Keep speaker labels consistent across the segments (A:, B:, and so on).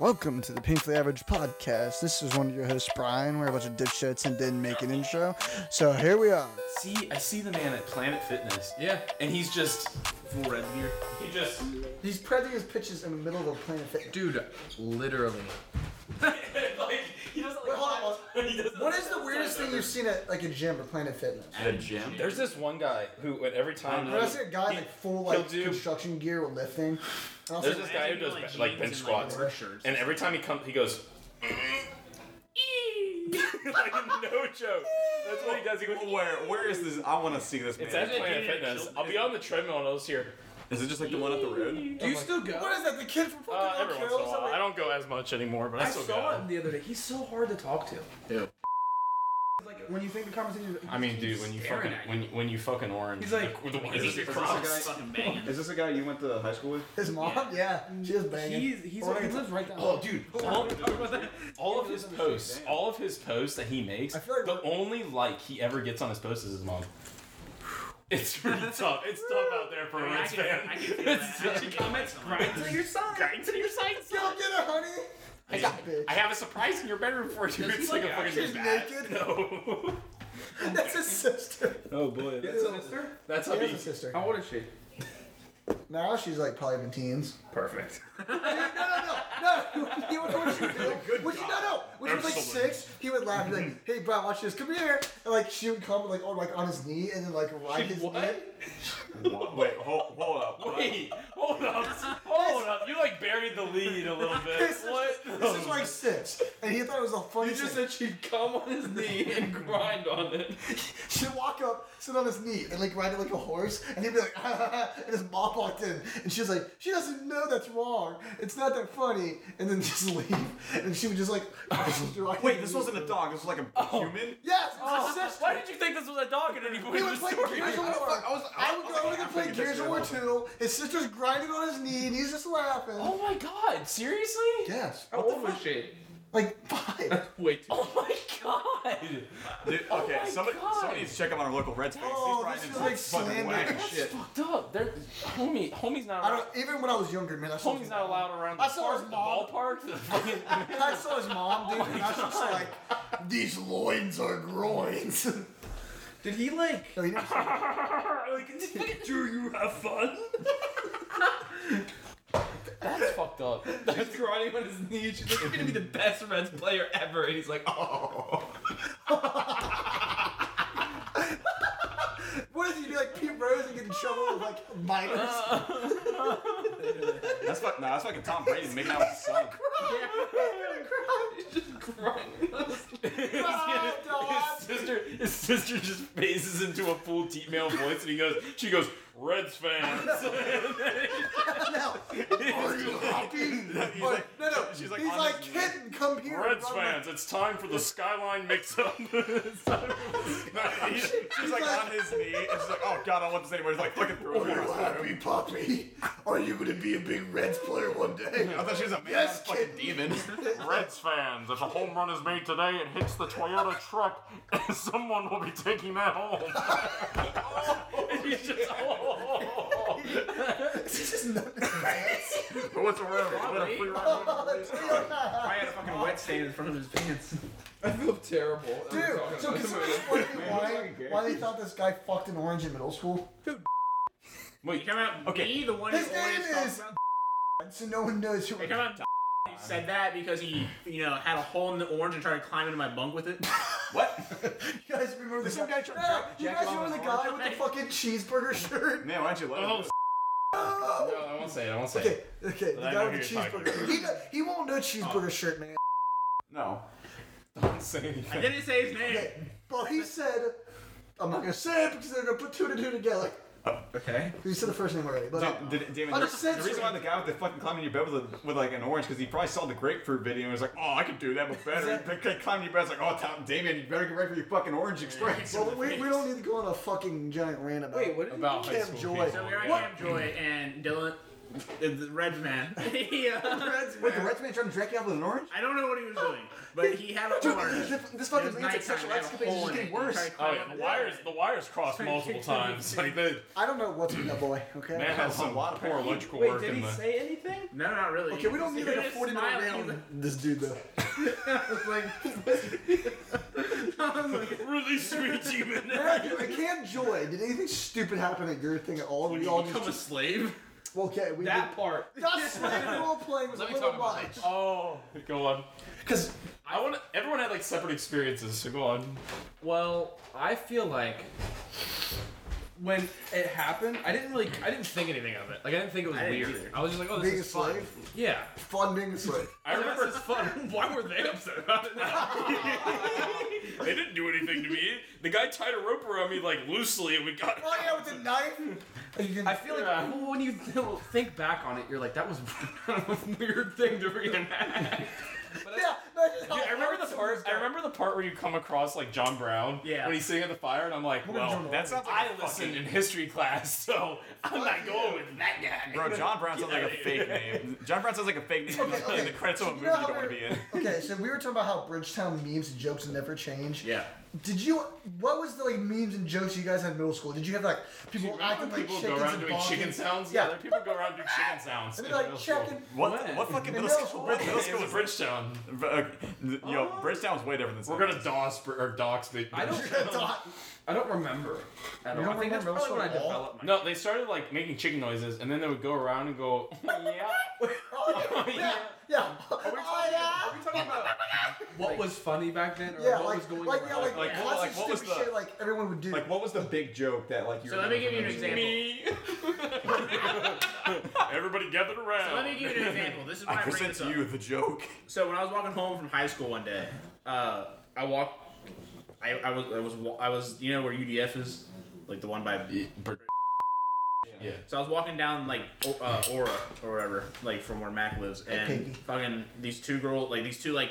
A: Welcome to the Painfully Average Podcast. This is one of your hosts, Brian. We're a bunch of dipshits and didn't make an intro. So here we are.
B: See, I see the man at Planet Fitness,
C: Yeah.
B: and he's just full red here. He just
A: He's pressing his pitches in the middle of a Planet Fitness.
C: Dude, literally.
B: like he doesn't like.
A: hold
B: he doesn't-
A: What is the weirdest thing you've seen at like a gym or Planet Fitness?
B: At a gym?
C: There's this one guy who, at every time,
A: When I see a guy in, like full like
C: do-
A: construction gear with lifting, and I'll
C: there's
A: say,
C: this guy who does be- like bench squats, and every time he comes, he goes. like no joke. That's what he does. He goes.
B: Where? Where is this? I want to see this man.
C: It's at Planet Fitness. I'll be on the treadmill and I'll just hear.
B: Is it just like the one up the road?
D: Do you still go?
A: What is that? The kid from fucking
C: Uh,
A: Elk
C: every once in a
A: Hills?
C: while. I don't go as much anymore, but I
D: I
C: still
D: saw
C: go.
D: him the other day. He's so hard to talk to. Like
A: When you think the conversation,
C: I mean, dude, when you fucking when you, when you fucking orange.
D: He's like,
C: the, the, the,
E: Is this,
C: cross.
E: a guy, fucking banging?
B: Is this a guy you went to high school with?
A: his mom, yeah, she is banging.
D: he's he's
A: Or
D: he
A: it's-
D: lives right down.
C: Oh, dude! All,
D: that.
C: all of his posts, all of his posts that he makes,
A: I feel like
C: the
A: we're-
C: only like he ever gets on his posts is his mom. It's pretty tough. It's tough out there for a
E: I
C: Reds
E: can,
C: fan.
E: I can feel that. I can
C: It's-
E: feel that somewhere.
D: to your side.
C: Grind to your side.
A: Yo,
C: son.
A: get her, honey.
C: I, got, I have a surprise in your bedroom for you.
E: Does he
C: It's like a
E: like
C: fucking
E: actually
C: big
A: naked?
C: bat. No.
A: That's his sister.
C: Oh boy.
D: That's his sister?
C: That's
A: He
C: how
A: has
C: he.
A: a sister.
D: How old is she?
A: Now she's like probably in the teens.
C: Perfect.
A: no, no, no, no. He would watch you. Would you no, no? When she was like
C: Absolutely.
A: six, he would laugh. He'd be like, "Hey, Brian, watch this. Come here." And like she would come like on like on his knee and then like ride his knee.
C: What?
B: Wait, hold, hold up.
C: Wait. Hold up. Hold up. You like buried the lead a little bit.
A: This is-
C: What?
A: This is like six, and he thought it was a funny.
D: You just
A: thing.
D: said she'd come on his knee and grind on it.
A: She'd walk up, sit on his knee, and like ride it like a horse, and he'd be like, and his mom walked in, and she was like, she doesn't know that's wrong. It's not that funny, and then just leave, and she would just like.
B: Wait, this wasn't a dog. This was like a human.
A: Yes, it was his sister.
C: Why did you think this was a dog at any point?
A: He
C: in
A: would
C: the
A: play
C: story?
A: Gears of War. I, would go over to play Gears of War 2. His sister's grinding on his knee and he's just laughing.
C: Oh my god, seriously?
A: Yes.
D: How old was she?
A: Like, five.
D: Way too.
C: Oh my god!
B: Dude, okay,
C: Oh my
B: somebody,
C: God.
B: somebody needs to check up on our local Reds fans.
A: Oh,
B: These
A: this
B: Reds
A: is
B: fans
A: like
B: are fucking
A: slander.
B: whack.
C: That's fucked up. They're, homie, homie's not.
A: I don't, even when I was younger, man, I saw
C: homie's not allowed around.
A: I
C: the
A: saw
C: park,
A: his
C: the
A: mom.
C: ballpark. The fucking.
A: I saw his mom, dude, and I was just like, these loins are groins.
D: Did he like?
A: no, he never said that.
C: Do you have fun? That's fucked up.
D: She's grinding on his knee. She's like, "You're gonna be the best Reds player ever," and he's like, "Oh."
A: What if you be like Pete Rose and get in trouble with like minors?
B: That's fucking, nah, that's fucking Tom Brady making out with his son.
D: He's just grinding on his knee.
A: Oh, God.
C: his sister, his sister just phases into a full deep male voice, and he goes, she goes, Reds fans.
A: No. Are you happy?
B: He's
A: Or-
B: like-
A: no, no.
B: she's like
A: he's
B: on
A: like,
B: his-
A: kitten, come here. and
C: Reds
A: rub my-
C: fans, it's time for the skyline mix-up.
B: He's- She's like on his knee, and she's like, "Oh God, I don't want this anymore." He's like, "Fucking throw it."
F: Well, happy puppy. Are you going to be a big Reds player one day?
B: I thought she was a man.
F: Yes,
B: Yes, fucking demon.
C: Reds fans, if a home run is made today and hits the Toyota truck, someone will be taking that home. He's just, oh.
A: This is not nice.
B: What's the rumor? What a free ride.
D: I had a fucking wet stain in front of his pants. I feel terrible.
A: Dude, so can someone explain to me why, why they thought this guy fucked an orange in middle school?
C: Wait,
E: Come out. Okay. Me, the one who
A: His name
E: always talks
A: is-
E: about.
A: So no one knows who.
E: Hey, come out. He said that because he, you know, had a hole in the orange and tried to climb into my bunk with it.
B: What?
A: You guys remember the
B: some
A: guy?
B: guy tried to
A: No,
B: jack-
A: you
B: jack
A: guys
B: him
A: remember
B: on
A: the
B: an
A: guy with the fucking cheeseburger shirt?
B: Man, why don't you let him?
C: Oh,
A: No.
C: I won't say it, I won't say
A: Okay, okay, the
C: I
A: guy
C: know
A: with the
C: who you're talking
A: cheeseburger. He, do- he won't know cheeseburger shirt, man.
B: No.
C: Don't say
E: I
C: anything.
E: didn't say his name.
A: Okay, But he said, I'm not gonna say it because they're gonna put two and two together.
B: Oh, Okay.
A: He said the first name already, but
B: Did, Damon,
A: I'm
B: the
A: just
B: the
A: censoring.
B: reason why the guy with the fucking climbing your bed with, a, with like an orange, because he probably saw the grapefruit video and was like, "Oh, I could do that, but better." He picked- climbed your bed, it's like, "Oh, Tom, Damon, you better get ready for your fucking orange experience."
A: well, we, we don't need to go on a fucking giant rant about.
D: Wait, what? Did
C: About high
A: Cam
C: school
A: Joy.
E: So
C: people.
E: here I
C: yeah.
E: am, Joy and Dylan, the, the Reds man. yeah.
B: Wait, the Reds man trying to drag you out with an orange?
E: I don't know what he was doing, but he had a orange.
B: This, this
E: It
B: fucking
E: was
B: leads to
E: nighttime,
B: sexual
E: I had a
B: escapades is
E: hole
B: just
E: in
B: getting
E: it, and he
B: worse.
E: tried to
C: Oh
E: climb
C: yeah,
E: up
C: the wires the wires crossed multiple times. Like the
A: I don't know what's in that boy. Okay.
C: man has
B: That's a
C: some
B: lot of
C: poor electrical
D: Wait,
C: work
D: did
C: in
D: he
C: the.
D: say anything?
E: No, not really.
A: Okay, we don't need like a 40 minute round. this dude though.
B: I was like, I was like,
C: Release me, demon.
A: I can't joy. Did anything stupid happen at your thing at all? We all
F: become a
A: just
F: slave.
A: okay. We
F: That part.
A: did, that's right. Role playing was a
F: Let me
A: little
F: talk about
A: much.
C: Oh, go on.
A: Because
C: I want. Everyone had like separate experiences. So go on.
F: Well, I feel like when it happened, I didn't really, I didn't think anything of it. Like I didn't think it was
B: I didn't
F: weird.
B: either.
F: I was just like, oh, this
A: being a
F: is fun.
A: slave,
F: Yeah,
A: fun being a slave.
C: I remember
F: this is fun. Why were they upset about it?
C: they didn't do anything to me. The guy tied a rope around me like loosely, and we got.
A: Oh yeah, with the knife. And you can-
F: I feel like
C: Yeah.
F: well, when you think back on it, you're like, that was a weird thing to reenact. But
A: yeah, imagine how
C: Dude, I remember
A: hard
C: the
A: someone's
C: part. I
A: got-
C: remember the part where you come across like John Brown.
B: Yeah.
C: When he's sitting at the fire, and I'm like, well,
A: John
C: that's not I listened in history class, so I'm not going with that guy.
G: Bro, John Brown sounds like
C: Yeah.
G: a fake name. John Brown sounds like a fake name.
A: Okay,
G: Like
A: okay.
G: the credits of a
A: You
G: movie
A: know
G: you
A: how
G: don't want to be in.
A: Okay, so we were talking about how Bridgetown memes and jokes never change.
B: yeah.
A: Did you? What was the like memes and jokes you guys had in middle school? Did you have like people acting like
C: people
A: chickens
C: go around
A: and
C: doing
A: bonking?
C: chicken sounds.
A: Yeah.
C: Yeah, there are people go around doing chicken sounds.
A: And
C: in
A: they're like
C: middle school.
A: checking.
G: What? What fucking
A: In
G: middle
A: middle
G: school?
A: school.
G: What
C: Middle
G: middle
C: school
G: school
C: was
G: was
C: Bridgetown.
G: Uh, yo, Bridgetown's way different than.
C: We're gonna DOS br- or dox the.
F: I don't,
A: Dot.
F: I don't remember at all.
A: don't
F: I think that's
A: remember
F: probably when I
A: at all?
F: developed my.
C: No, they started like making chicken noises, and then they would go around and go, yeah.
A: Oh, yeah, yeah. yeah. Oh, yeah.
F: Are we talking about what was funny back then, or
A: Yeah,
F: what
A: like,
F: was going
A: like,
F: on?
A: yeah, like, lots
G: Like, what-
A: of
G: like, what was
A: stupid
G: the-
A: shit like everyone would do.
G: Like, what was the big joke that like you?
B: So let me
G: remember
B: give you an
G: from
B: example.
C: Me. Everybody gathered around.
B: So let me give you an example. This is why
G: I
B: I, bring
G: present
B: this
G: to
B: up.
G: you the joke.
B: So when I was walking home from high school one day, uh, I walked. I, I was I was wa- I was you know where UDF is, like the one by.
C: Yeah.
B: So I was walking down like O- uh, Aura or whatever, like from where Mac lives, and
A: Pinky.
B: fucking these two girls, like these two like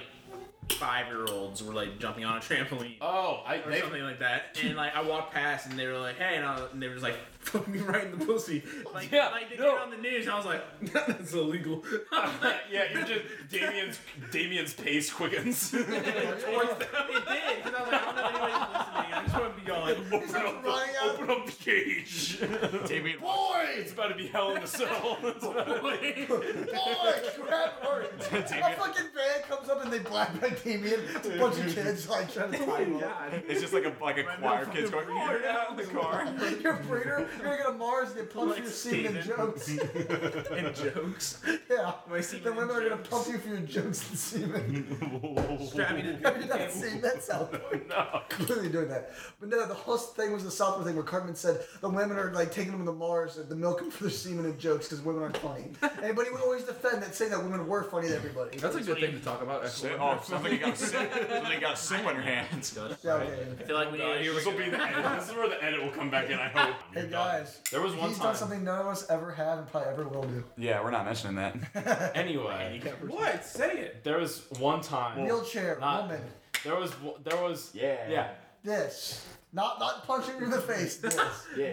B: five year olds were like jumping on a trampoline.
C: Oh, I
B: or
C: they,
B: something like that. And like I walked past and they were like, hey, and, I, and they were just like, fuck me right in the pussy. Like,
C: Yeah,
B: like they
C: no.
B: get on the news and I was like, that's illegal. I was like,
C: yeah, you just Damien's Damien's pace quickens.
B: towards them. It did, because I was like, I don't know if anybody's listening. I just want to be gone.
A: He's like running out.
C: Open up the cage.
G: Damien,
C: It's about to be hell in the cell. It's about to
A: Oh,
C: be-
A: Boy, grab her. A
G: Damien,
A: fucking van comes up and they blackback Damien. It's a bunch of kids like trying to tie him up.
G: it's just like a like a choir of kids going. "Yeah, yeah, in the car.
A: Your breeder, you're gonna go to Mars and get pumped
B: Like
A: for your semen and
B: Steven.
A: jokes.
B: And jokes.
A: Yeah.
B: My semen
A: The
B: and
A: women are gonna
B: jokes.
A: pump you for your jokes and semen.
B: Strap me to the
A: Have you not seen that South Park?
C: no.
A: Clearly doing that. But no, the whole thing was the South Park thing where Cartman said the women are like taking them to Mars and the milking for their semen and jokes because women aren't funny. And but he would always defend that saying that women were funny to everybody.
F: That's a good thing to talk about.
G: Say-
F: actually.
G: Oh, sounds like you got a soup. Sounds like you got a soup on your hands.
A: yeah, okay, okay.
B: I feel like we need
C: This will be the edit. This is where the edit will come back in. I hope.
A: Hey guys,
C: There was one
A: he's
C: time.
A: done something none of us ever have and probably ever will do.
G: Yeah, we're not mentioning that.
C: Anyway,
F: What? Say it.
C: there was one time.
A: Wheelchair,
C: not-
A: woman,
C: There was w- there was
G: Yeah.
C: yeah.
A: this. Not not punching you in the face, this.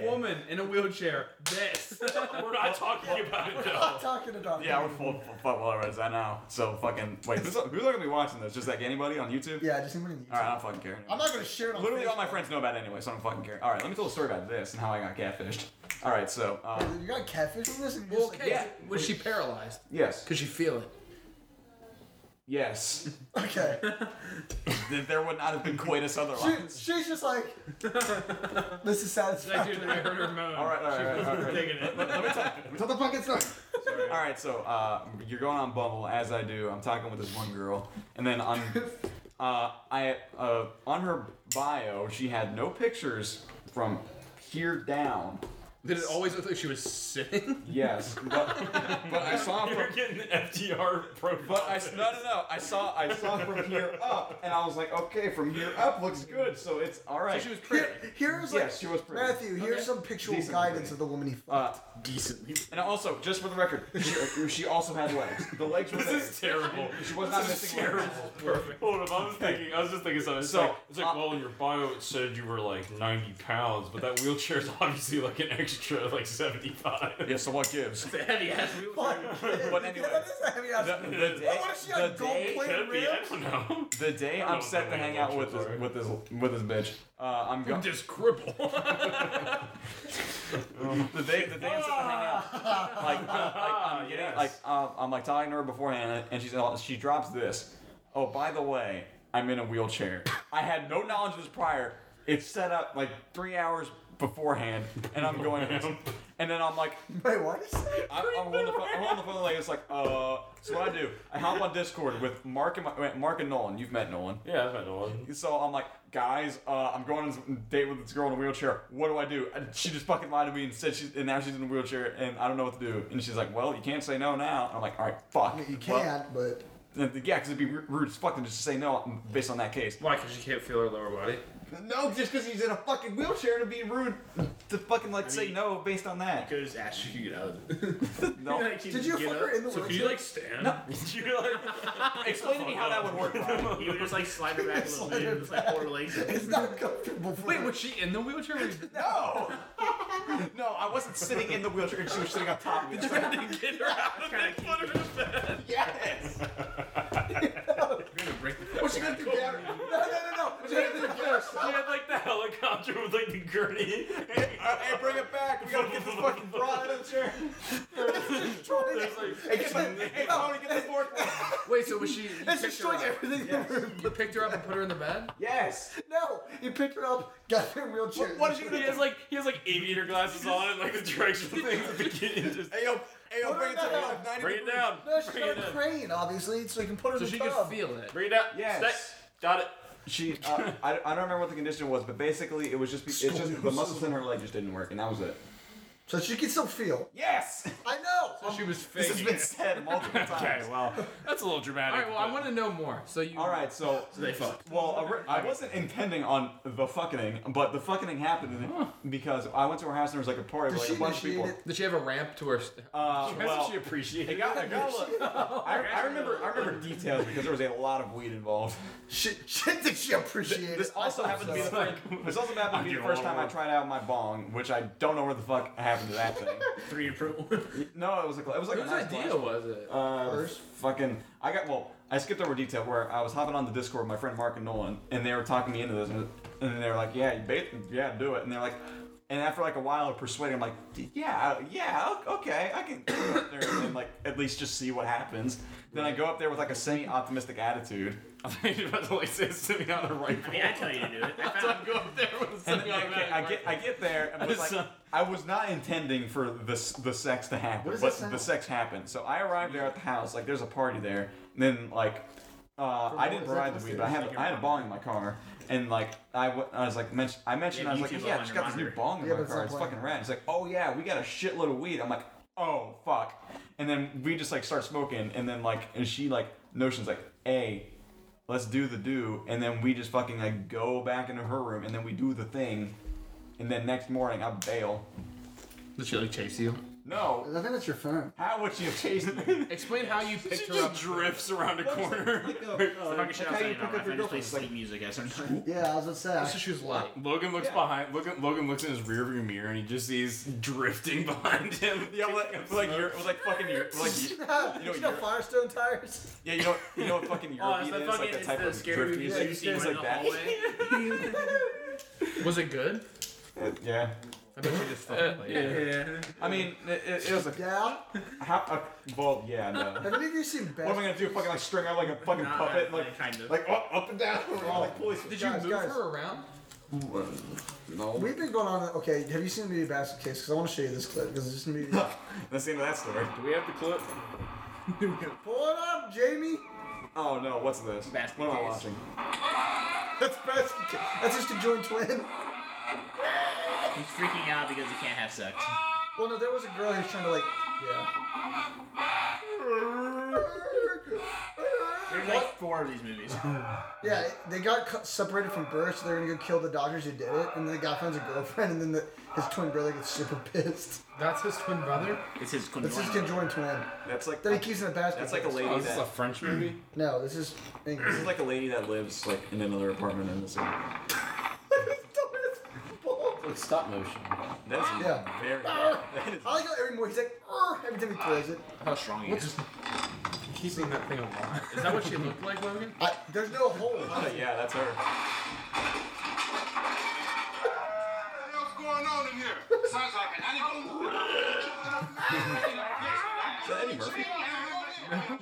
F: Woman in a wheelchair. This.
C: We're not talking about it though.
A: Not talking about it.
G: Yeah, we're full, full fuck Polaroids. I know. So fucking wait, who's, who's not gonna be watching this? Just like anybody on YouTube?
A: Yeah, just even in
G: All right, I
A: YouTube.
G: don't fucking care.
A: I'm not gonna share it on
G: Literally all my
A: Facebook.
G: friends know about it anyway, so I don't fucking care. All right, let me tell a story about this and how I got catfished. All right, so um,
A: You got catfish from this? And you're
F: Well,
A: just
F: okay.
A: like,
F: Was she paralyzed?
G: yes,
F: Could she feel it?
G: yes,
A: okay.
G: Th- there would not have been coitus
A: She,
G: otherwise.
A: she's just like, this is satisfactory.
F: I heard her moan.
G: All right, all right, all right. All right.
B: taking it.
A: Tell the fucking story.
G: All right, so uh, you're going on Bumble as I do. I'm talking with this one girl, and then on uh, I uh, on her bio, she had no pictures from here down.
F: Did it always look like she was sitting?
G: Yes, but, but I saw from
C: We're getting the FDR profile.
G: but I s- no no no. I saw I saw from here up, and I was like, okay, from here up looks good, so it's all right.
F: She was pretty.
A: Here, here's like,
G: Yes, she was pretty.
A: Matthew, here's
F: Okay.
A: some pictual
G: Decent
A: guidance
G: pretty.
A: of the woman he fucked.
G: Uh,
B: Decently.
G: and also, just for the record, she, she also had legs. The legs were there.
C: This is terrible.
G: she was not missing legs.
C: Perfect. Hold up, I was thinking. I was just thinking something. It's
G: So,
C: like, it's like
G: uh,
C: well, in your bio it said you were like 90 pounds, but that wheelchair is obviously like an extra like 75.
G: Yeah, so what gives?
B: It's a heavy ass wheelchair.
G: But anyway.
A: yeah, that is a heavy ass.
G: The, the day,
A: what if she
G: the
A: had gold
G: day-
A: plated
C: Could be, I
A: ribs?
C: don't know.
G: the day I'm
C: know
G: set
C: if
G: to
C: the
G: hang
C: label
G: out with
C: options
G: this with this with this bitch, uh, I'm going.
F: Just cripple.
G: the day, the dance at the hangout. Like, uh, like I'm getting, like uh, I'm like talking to her beforehand, and she's all- she drops this. Oh, by the way, I'm in a wheelchair. I had no knowledge of this prior. It's set up like three hours beforehand, and I'm going, and then I'm like,
A: Wait, what is that?
G: I'm, I'm, on the phone, I'm on the phone like it's like, uh, so what I do? I hop on Discord with Mark and my, Mark and Nolan. You've met Nolan.
H: Yeah, that's my one.
G: So I'm like, guys, uh, I'm going on this date with this girl in a wheelchair. What do I do? And she just fucking lied to me and said she's and now she's in a wheelchair and I don't know what to do. And she's like, well, you can't say no now. And I'm like, all right, fuck.
A: You can't, but
G: Well, and- yeah, because it'd be ru- rude as fuck to just say no based on that case.
F: Why? Because you can't feel her lower body.
G: No, just because he's in a fucking wheelchair, it'd be rude to fucking like say no based on that.
B: Because Ash, you get out.
G: No.
A: did you fuck her in the
F: So could you
A: wheelchair?
F: like stand?
G: Explain to me how that would work. Brian.
B: He would just like slide her back a little
A: Slide her
B: bit, just like four legs.
A: It's not comfortable for
F: Wait,
A: her.
F: was she in the wheelchair? Or did
G: No. no, I wasn't sitting in the wheelchair. She was sitting on top of me.
F: you get her out of it? Put her in the bed.
A: Yes.
B: break
A: What's she gonna do? Down? No, no, no, no. She had to do
H: She had like the helicopter with like the gurney.
G: Hey, bring it back. We gotta get this fucking broad out of the chair.
H: There's
A: destroying.
H: like
A: Hey, get my- hey, Tony, get the fork.
F: Wait, so was she? You
A: That's
F: picked her
A: destroying
F: up.
A: everything.
F: You picked her up and put her in the bed.
G: Yes.
A: No, you picked her up, got her in a wheelchair.
G: What, what is she
H: he
G: gonna do?
H: has like he has like aviator glasses on and like the directional things at the beginning. Just
G: Hey yo, hey yo,
A: Put her
G: bring it to
A: down.
G: life. 90
H: bring it
G: degrees.
H: down.
A: No, she's
H: Bring
A: got
H: it
A: a
H: down.
A: crane, obviously, so you can put her
F: So
A: in the
F: she
A: tub.
F: could feel it.
H: Bring it down.
G: Yes.
H: Stay. Got it.
G: She, uh, I, I don't remember what the condition was, but basically it was just, be, it's just the muscles in her leg just didn't work, and that was it.
A: So she can still feel.
G: Yes.
A: I know.
F: She was
G: This has
F: faking.
G: been said multiple times.
H: Okay, well, that's a little dramatic.
F: All right. Well, I
H: but-
F: want to know more. So you.
G: All right, so
B: They fucked.
G: Well, I re- I wasn't intending on the fucking, but the fucking happened because I went to her house and there was like a party
A: Did
G: with
A: she
G: like a bunch of
A: initiate
G: people.
A: it?
F: Did she have a ramp to her? st-
G: Uh, well,
H: Hasn't she appreciated
G: It got, it got a little- I, I remember I remember details because there was a lot of weed involved.
A: Shit, shit did she appreciate
G: This
A: it?
G: also
A: I
G: happened to be the
A: thought
G: first, this also happened to be the
H: doing
G: first
H: a lot
G: time
H: of
G: I
H: work.
G: tried out my bong, which I don't know where the fuck happened to that thing.
B: Three approval.
G: No, it was a cl- it was like
F: Whose
G: a nice
F: idea
G: glass-
F: was it?
G: Uh,
A: First.
G: fucking I got well. I skipped over detail where I was hopping on the Discord with my friend Mark and Nolan, and they were talking me into this, and, and they were like, "Yeah, you bait, yeah, do it," and they're like. And after like a while of persuading, I'm like, "D- yeah, I- yeah, o- okay, I can go up there and like at least just see what happens. Then I go up there with like a semi-optimistic attitude,
H: I think you're about to like say it's sitting on a
B: I
H: rifle.
B: mean, I tell you to do it. I found
H: Don't go up there with
G: and
H: something
G: then,
H: like
G: okay,
H: that.
G: I get I get there and was like, I was not intending for this the sex to happen,
A: does
G: but
A: that sound?
G: the sex happened. So I arrived there at the house, like there's a party there, and then like. Uh, I didn't
A: what?
G: provide
A: Is
G: the
A: that
G: weed, but I
A: just
G: had I had a bong in my car, and like I, w- I was like mention, I mentioned
B: Yeah,
G: I was
B: you
G: like
B: two
G: yeah I
B: go
G: just
B: on your
G: got this new
B: monitor.
G: bong in
A: Yeah,
G: my
A: but it's
G: car
A: not
G: it's
A: playing.
G: fucking rad. It's like oh yeah we got a shitload of weed. I'm like oh fuck, and then we just like start smoking, and then like and she like notions like hey let's do the do and then we just fucking like go back into her room and then we do the thing and then next morning i bail
F: Did she like chase you?
G: no
A: I think that's your phone.
G: how would she have chased me
F: Explain how you
H: She
F: picked her up.
H: just drifts around a corner.
G: Pick up, uh,
B: fucking shit
G: like how
B: outside
G: you
B: of my
G: pick up
B: life.
G: your
B: I just play
G: girlfriend
B: sleep
G: like,
B: music at some time.
A: Yeah, I was gonna
F: So
A: say.
F: she was light.
H: Logan looks
G: Yeah.
H: behind. Logan, Logan looks in his rearview mirror and he just sees drifting behind him.
G: yeah, like, like, Europe, like fucking Europe, like,
A: You
G: you
A: know,
G: know,
A: you know
G: you're-
A: Firestone tires?
G: yeah, you know, you know what fucking Europe
B: it's
G: is,
B: the
G: like
B: Oh, fucking-
G: the
B: it's
G: type
B: the
G: of
B: scary
G: drift
B: movie
G: music,
B: you see
G: things
B: when
G: like
B: the
G: that.
F: Was it good?
G: Yeah,
F: I bet she just fucking played. it.
G: I mean, it, it, it was a
A: Yeah.
G: how, uh, well, yeah, no.
A: Have any of you seen Best?
G: What am I gonna do? Fucking like string her like a fucking puppet, and, like,
B: kind of.
G: like up, up and down, like police.
F: Did you
A: Guys,
F: move
A: guys.
F: her around?
G: No.
A: We've been going on. Okay, have you seen the movie Basket Case? Because I want to show you this clip because it's just a movie.
G: That's the end of that story.
H: Do we have the clip?
A: Pull it up, Jamie.
G: Oh no, what's this?
B: Basket
G: what am I
B: case.
G: watching?
A: That's Basket Case. That's just a joint twin.
B: He's freaking out because he can't have sex.
A: Well, no, there was a girl who was trying to like.
B: There's
A: Yeah.
B: like four of these movies.
A: Yeah, they got cu- separated from birth, so they're gonna go kill the doctors who did it, and then the guy finds a girlfriend, and then the, his twin brother gets super pissed.
F: That's his twin brother.
B: It's his conjoined.
A: That's his conjoined twin.
G: That's like
A: That he keeps in a basket.
G: that's like a lady
F: Oh, is this a
G: that
F: French movie?
A: No, this is
G: this
A: English.
G: is like a lady that lives like in another apartment in the city.
I: It's stop motion.
G: That's
A: Yeah. Ah!
G: very.
A: I like how every morning he's like, "Arr," every time he throws it.
B: How strong he is.
F: Keeping that thing alive. Is that what she looked like, Logan?
A: I, there's no hole.
G: Oh, yeah, that's her.
C: What the hell's going on in here?
G: Eddie Murphy?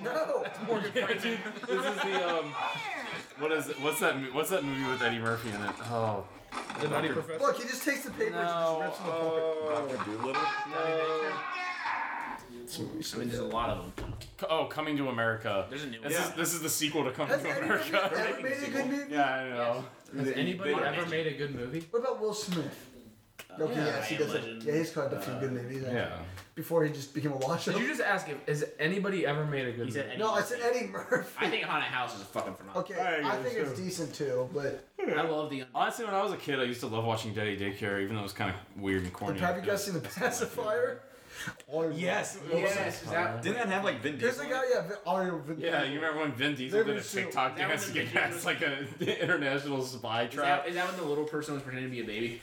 A: No.
F: dude, this is the um,
C: What is it? What's that? mo- What's that movie with Eddie Murphy in it? Oh,
F: the Nutty Professor.
A: Look, he just takes the paper and just rips them apart.
G: Doctor Doolittle.
B: I mean, there's a lot of them.
C: C- oh, Coming to America.
B: There's a new
C: This
B: one.
C: is this is the sequel to Coming
A: Has
C: to
A: anybody
C: America.
A: ever made a good movie?
C: yeah, I know.
F: Has anybody
G: they-
F: ever made a good movie?
A: What about Will Smith? Okay,
B: yeah,
A: yes, he
B: I am
A: does.
B: Legend.
A: It. Yeah, he's caught a few good movies. actually.
C: Yeah.
A: Before he just became a washout.
F: Did you just ask him? Has anybody ever made a good
B: He
F: movie?
B: said Eddie
A: No, I
B: Murphy.
A: said Eddie Murphy.
B: I think Haunted House is a fucking phenomenal.
A: Okay,
C: I
A: I
C: guess
A: think it's decent too, but
B: I love the.
C: Honestly, when I was a kid, I used to love watching Daddy Daycare, even though it was kind of weird and corny.
A: have you guys seen the pacifier?
G: Yes.
F: Yes, is that-
G: Didn't that have like Vin
A: There's a
G: Diesel? in it?
A: guy, yeah, Vin- Arnold Vin-
C: yeah, you remember when Vin Diesel did a
A: Never seen-
C: TikTok
B: that
C: dance to
B: was
C: get
B: ridiculous.
C: past like an international spy
B: Is that,
C: trap?
B: is that when the little person was pretending to be a baby?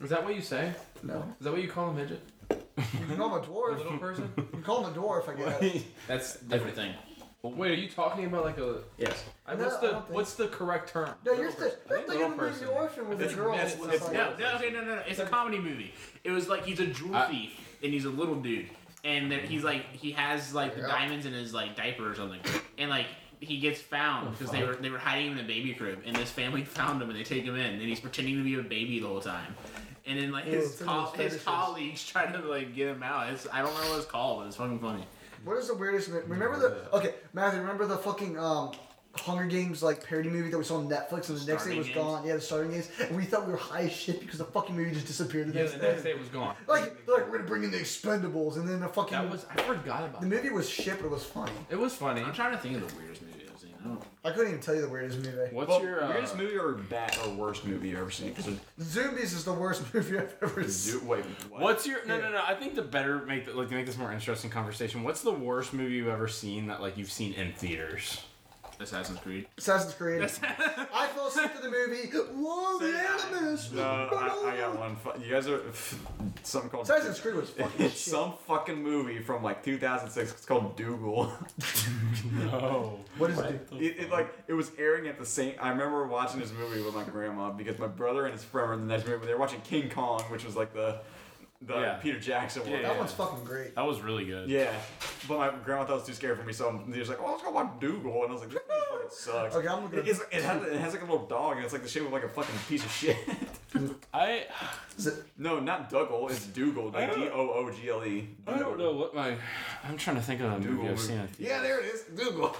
F: Is that what you say?
A: No,
F: Is that what you call a midget?
A: you can call him a
F: A
A: dwarf.
F: little person?
A: You can call him a dwarf, I guess.
B: That's a different thing.
F: Wait, are you talking about like a?
B: Yes.
F: I-
A: No,
F: what's
A: I
F: the
A: don't think-
F: what's the correct term?
A: No, you're
F: Little
A: still. You're
F: person. I think
A: thinking
F: little
A: of Movie
F: person.
A: Orphan with a
G: It's-
A: girl.
G: it's-
A: and
G: it's-
A: stuff like
B: No,
A: that.
B: no, okay, no, no, no. It's a comedy movie. It was like he's a jewel
C: I-
B: thief and he's a little dude, and then he's like he has like the
A: Yeah.
B: diamonds in his like diaper or something, and like he gets found because they were they were hiding him in a baby crib, and this family found him and they take him in, and he's pretending to be a baby the whole time. And then like
A: Ew,
B: his
A: it's one
B: col
A: of those
B: his
A: fetishes.
B: colleagues try to like get him out. It's, I don't remember what it's called, but it's fucking funny.
A: What is the weirdest? mo- Remember the okay, Matthew? Remember the fucking um, Hunger Games like parody movie that we saw on Netflix, and the next day it
B: Starving
A: was
B: Games?
A: gone. Yeah, the Starving Games, and we thought we were high as shit because the fucking movie just disappeared the
F: Yeah,
A: next
F: the
A: day.
F: next day it was gone.
A: Like, they're like we're gonna bring in the Expendables, and then the fucking
F: That was I forgot about.
A: the
F: It.
A: movie was shit, but it was funny.
F: it was funny.
B: I'm trying to think of the weirdest movie I've seen. I don't.
A: I couldn't even tell you the weirdest movie.
C: What's
G: Well,
C: your uh,
G: weirdest movie or bad or worst movie you ever seen? 'Cause it's-
A: Zombies is the worst movie I've ever seen.
G: do- wait, what?
C: What's your no no no? I think the better make the, like to make this more interesting conversation. What's the worst movie you've ever seen that like you've seen in theaters?
B: Assassin's Creed.
A: Assassin's Creed. I fell asleep to the movie. Whoa, the animus.
G: No, I, I got one. Fu- You guys are something called
A: Assassin's Creed was fucking
G: It's
A: shit.
G: some fucking movie from like 2006. It's called Dougal.
C: No.
A: what is it?
G: It, it like it was airing at the same. I remember watching this movie with my grandma because my brother and his friend were in the next movie. They were watching King Kong, which was like the the
C: Yeah.
G: Peter Jackson one.
C: Yeah.
A: That one's fucking great.
C: That was really good.
G: Yeah. but my grandma thought it was too scary for me, so he was like, "Oh, let's go watch Dougal," and I was like, "This movie fucking sucks."
A: Okay, I'm looking
G: It,
A: at-
G: it's, it, has, it has like a little dog, and it's like the shape of like a fucking piece of shit.
C: I
A: Is it-
G: no, not Dougal. It's Dougal. Like
C: don't-
G: D O O G L E.
C: I don't know what my I'm trying to think of a movie I've seen. in the-
G: Yeah, there it is. Uh, Dougal.
A: Oh,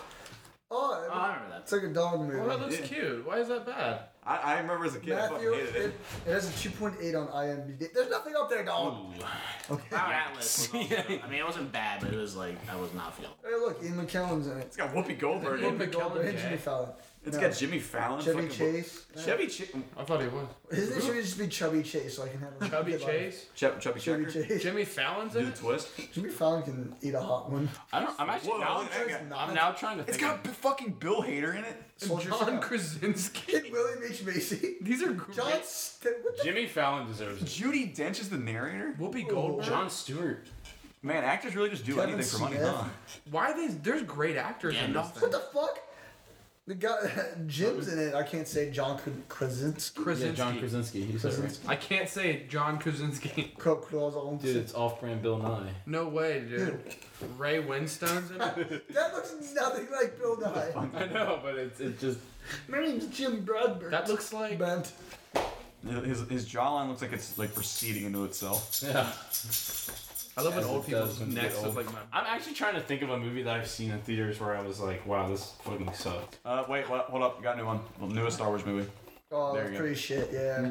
B: Oh, I remember that.
A: it's like a dog movie.
F: Oh, that looks cute. Why is that bad?
G: I, I remember as a kid,
A: Matthew,
G: I fucking hated
A: it,
G: it.
A: it has a 2.8 on IMDb. There's nothing up there, dog.
C: Ooh.
A: Okay.
B: Cloud Atlas. Was also, I mean, it wasn't bad, but it was like I was not feeling.
A: Hey, look, Ian McKellen's in it.
G: It's got Whoopi Goldberg.
F: Ian
G: in it.
A: Whoopi Goldberg and
F: McKellen,
A: Jimmy
F: yeah.
A: Fallon.
G: It's
A: No.
G: got Jimmy Fallon.
A: Chevy
G: fucking-
A: Chase.
G: Chevy Chase.
F: I thought he was.
A: His name should just be Chubby Chase, so I can have a
F: Chubby
A: good life.
F: Chase?
G: Chub, Chubby
A: Chubby
G: Checker.
A: Chase.
F: Jimmy Fallon's
G: Do
F: in
G: the
F: it?
G: twist.
A: Jimmy Fallon can eat a hot one.
C: I don't. I'm actually
G: Whoa,
C: now. I'm
G: look at that
C: trying-
G: guy.
C: I'm now trying to think.
G: It's got b- fucking Bill Hader in it.
A: Soldier
F: John
A: Scout.
F: Krasinski.
A: Kid William H. Macy.
F: These are great.
A: John St- what
C: of- Jimmy Fallon deserves. it.
G: Judy Dench is the narrator.
F: Whoopi Goldberg.
B: John Stewart.
G: Man, actors really just do
A: Kevin
G: anything for money,
A: Smith.
G: huh?
F: Why are these? There's great actors in this
B: Gandalf.
A: the, what
F: thing.
A: the fuck? The guy, Jim's in it. I can't say John Kr- Krasinski.
F: Krasinski.
J: Yeah, John Krasinski. He said it right.
A: Krasinski.
F: I can't say John Krasinski.
A: Kro- Krasinski.
J: Dude, it's off-brand Bill Nye.
F: No way, dude. Ray Winstone's in it.
A: That looks nothing like Bill Nye.
J: I know, but it's it just
A: My name's Jim Bradburn.
F: That looks like.
A: Bent.
G: His, his jawline looks like it's like receding into itself.
J: yeah.
F: I love when
J: As
F: old
J: it
F: people's
J: does when you get
F: necks look
J: old.
F: like mine.
C: I'm actually trying to think of a movie that I've seen in theaters where I was like, wow, this fucking sucked.
G: Uh, wait, what, hold up. Got a new one. Well, newest Star Wars movie.
A: Oh,
G: There
A: that's
G: you go.
A: pretty shit, yeah.
B: I was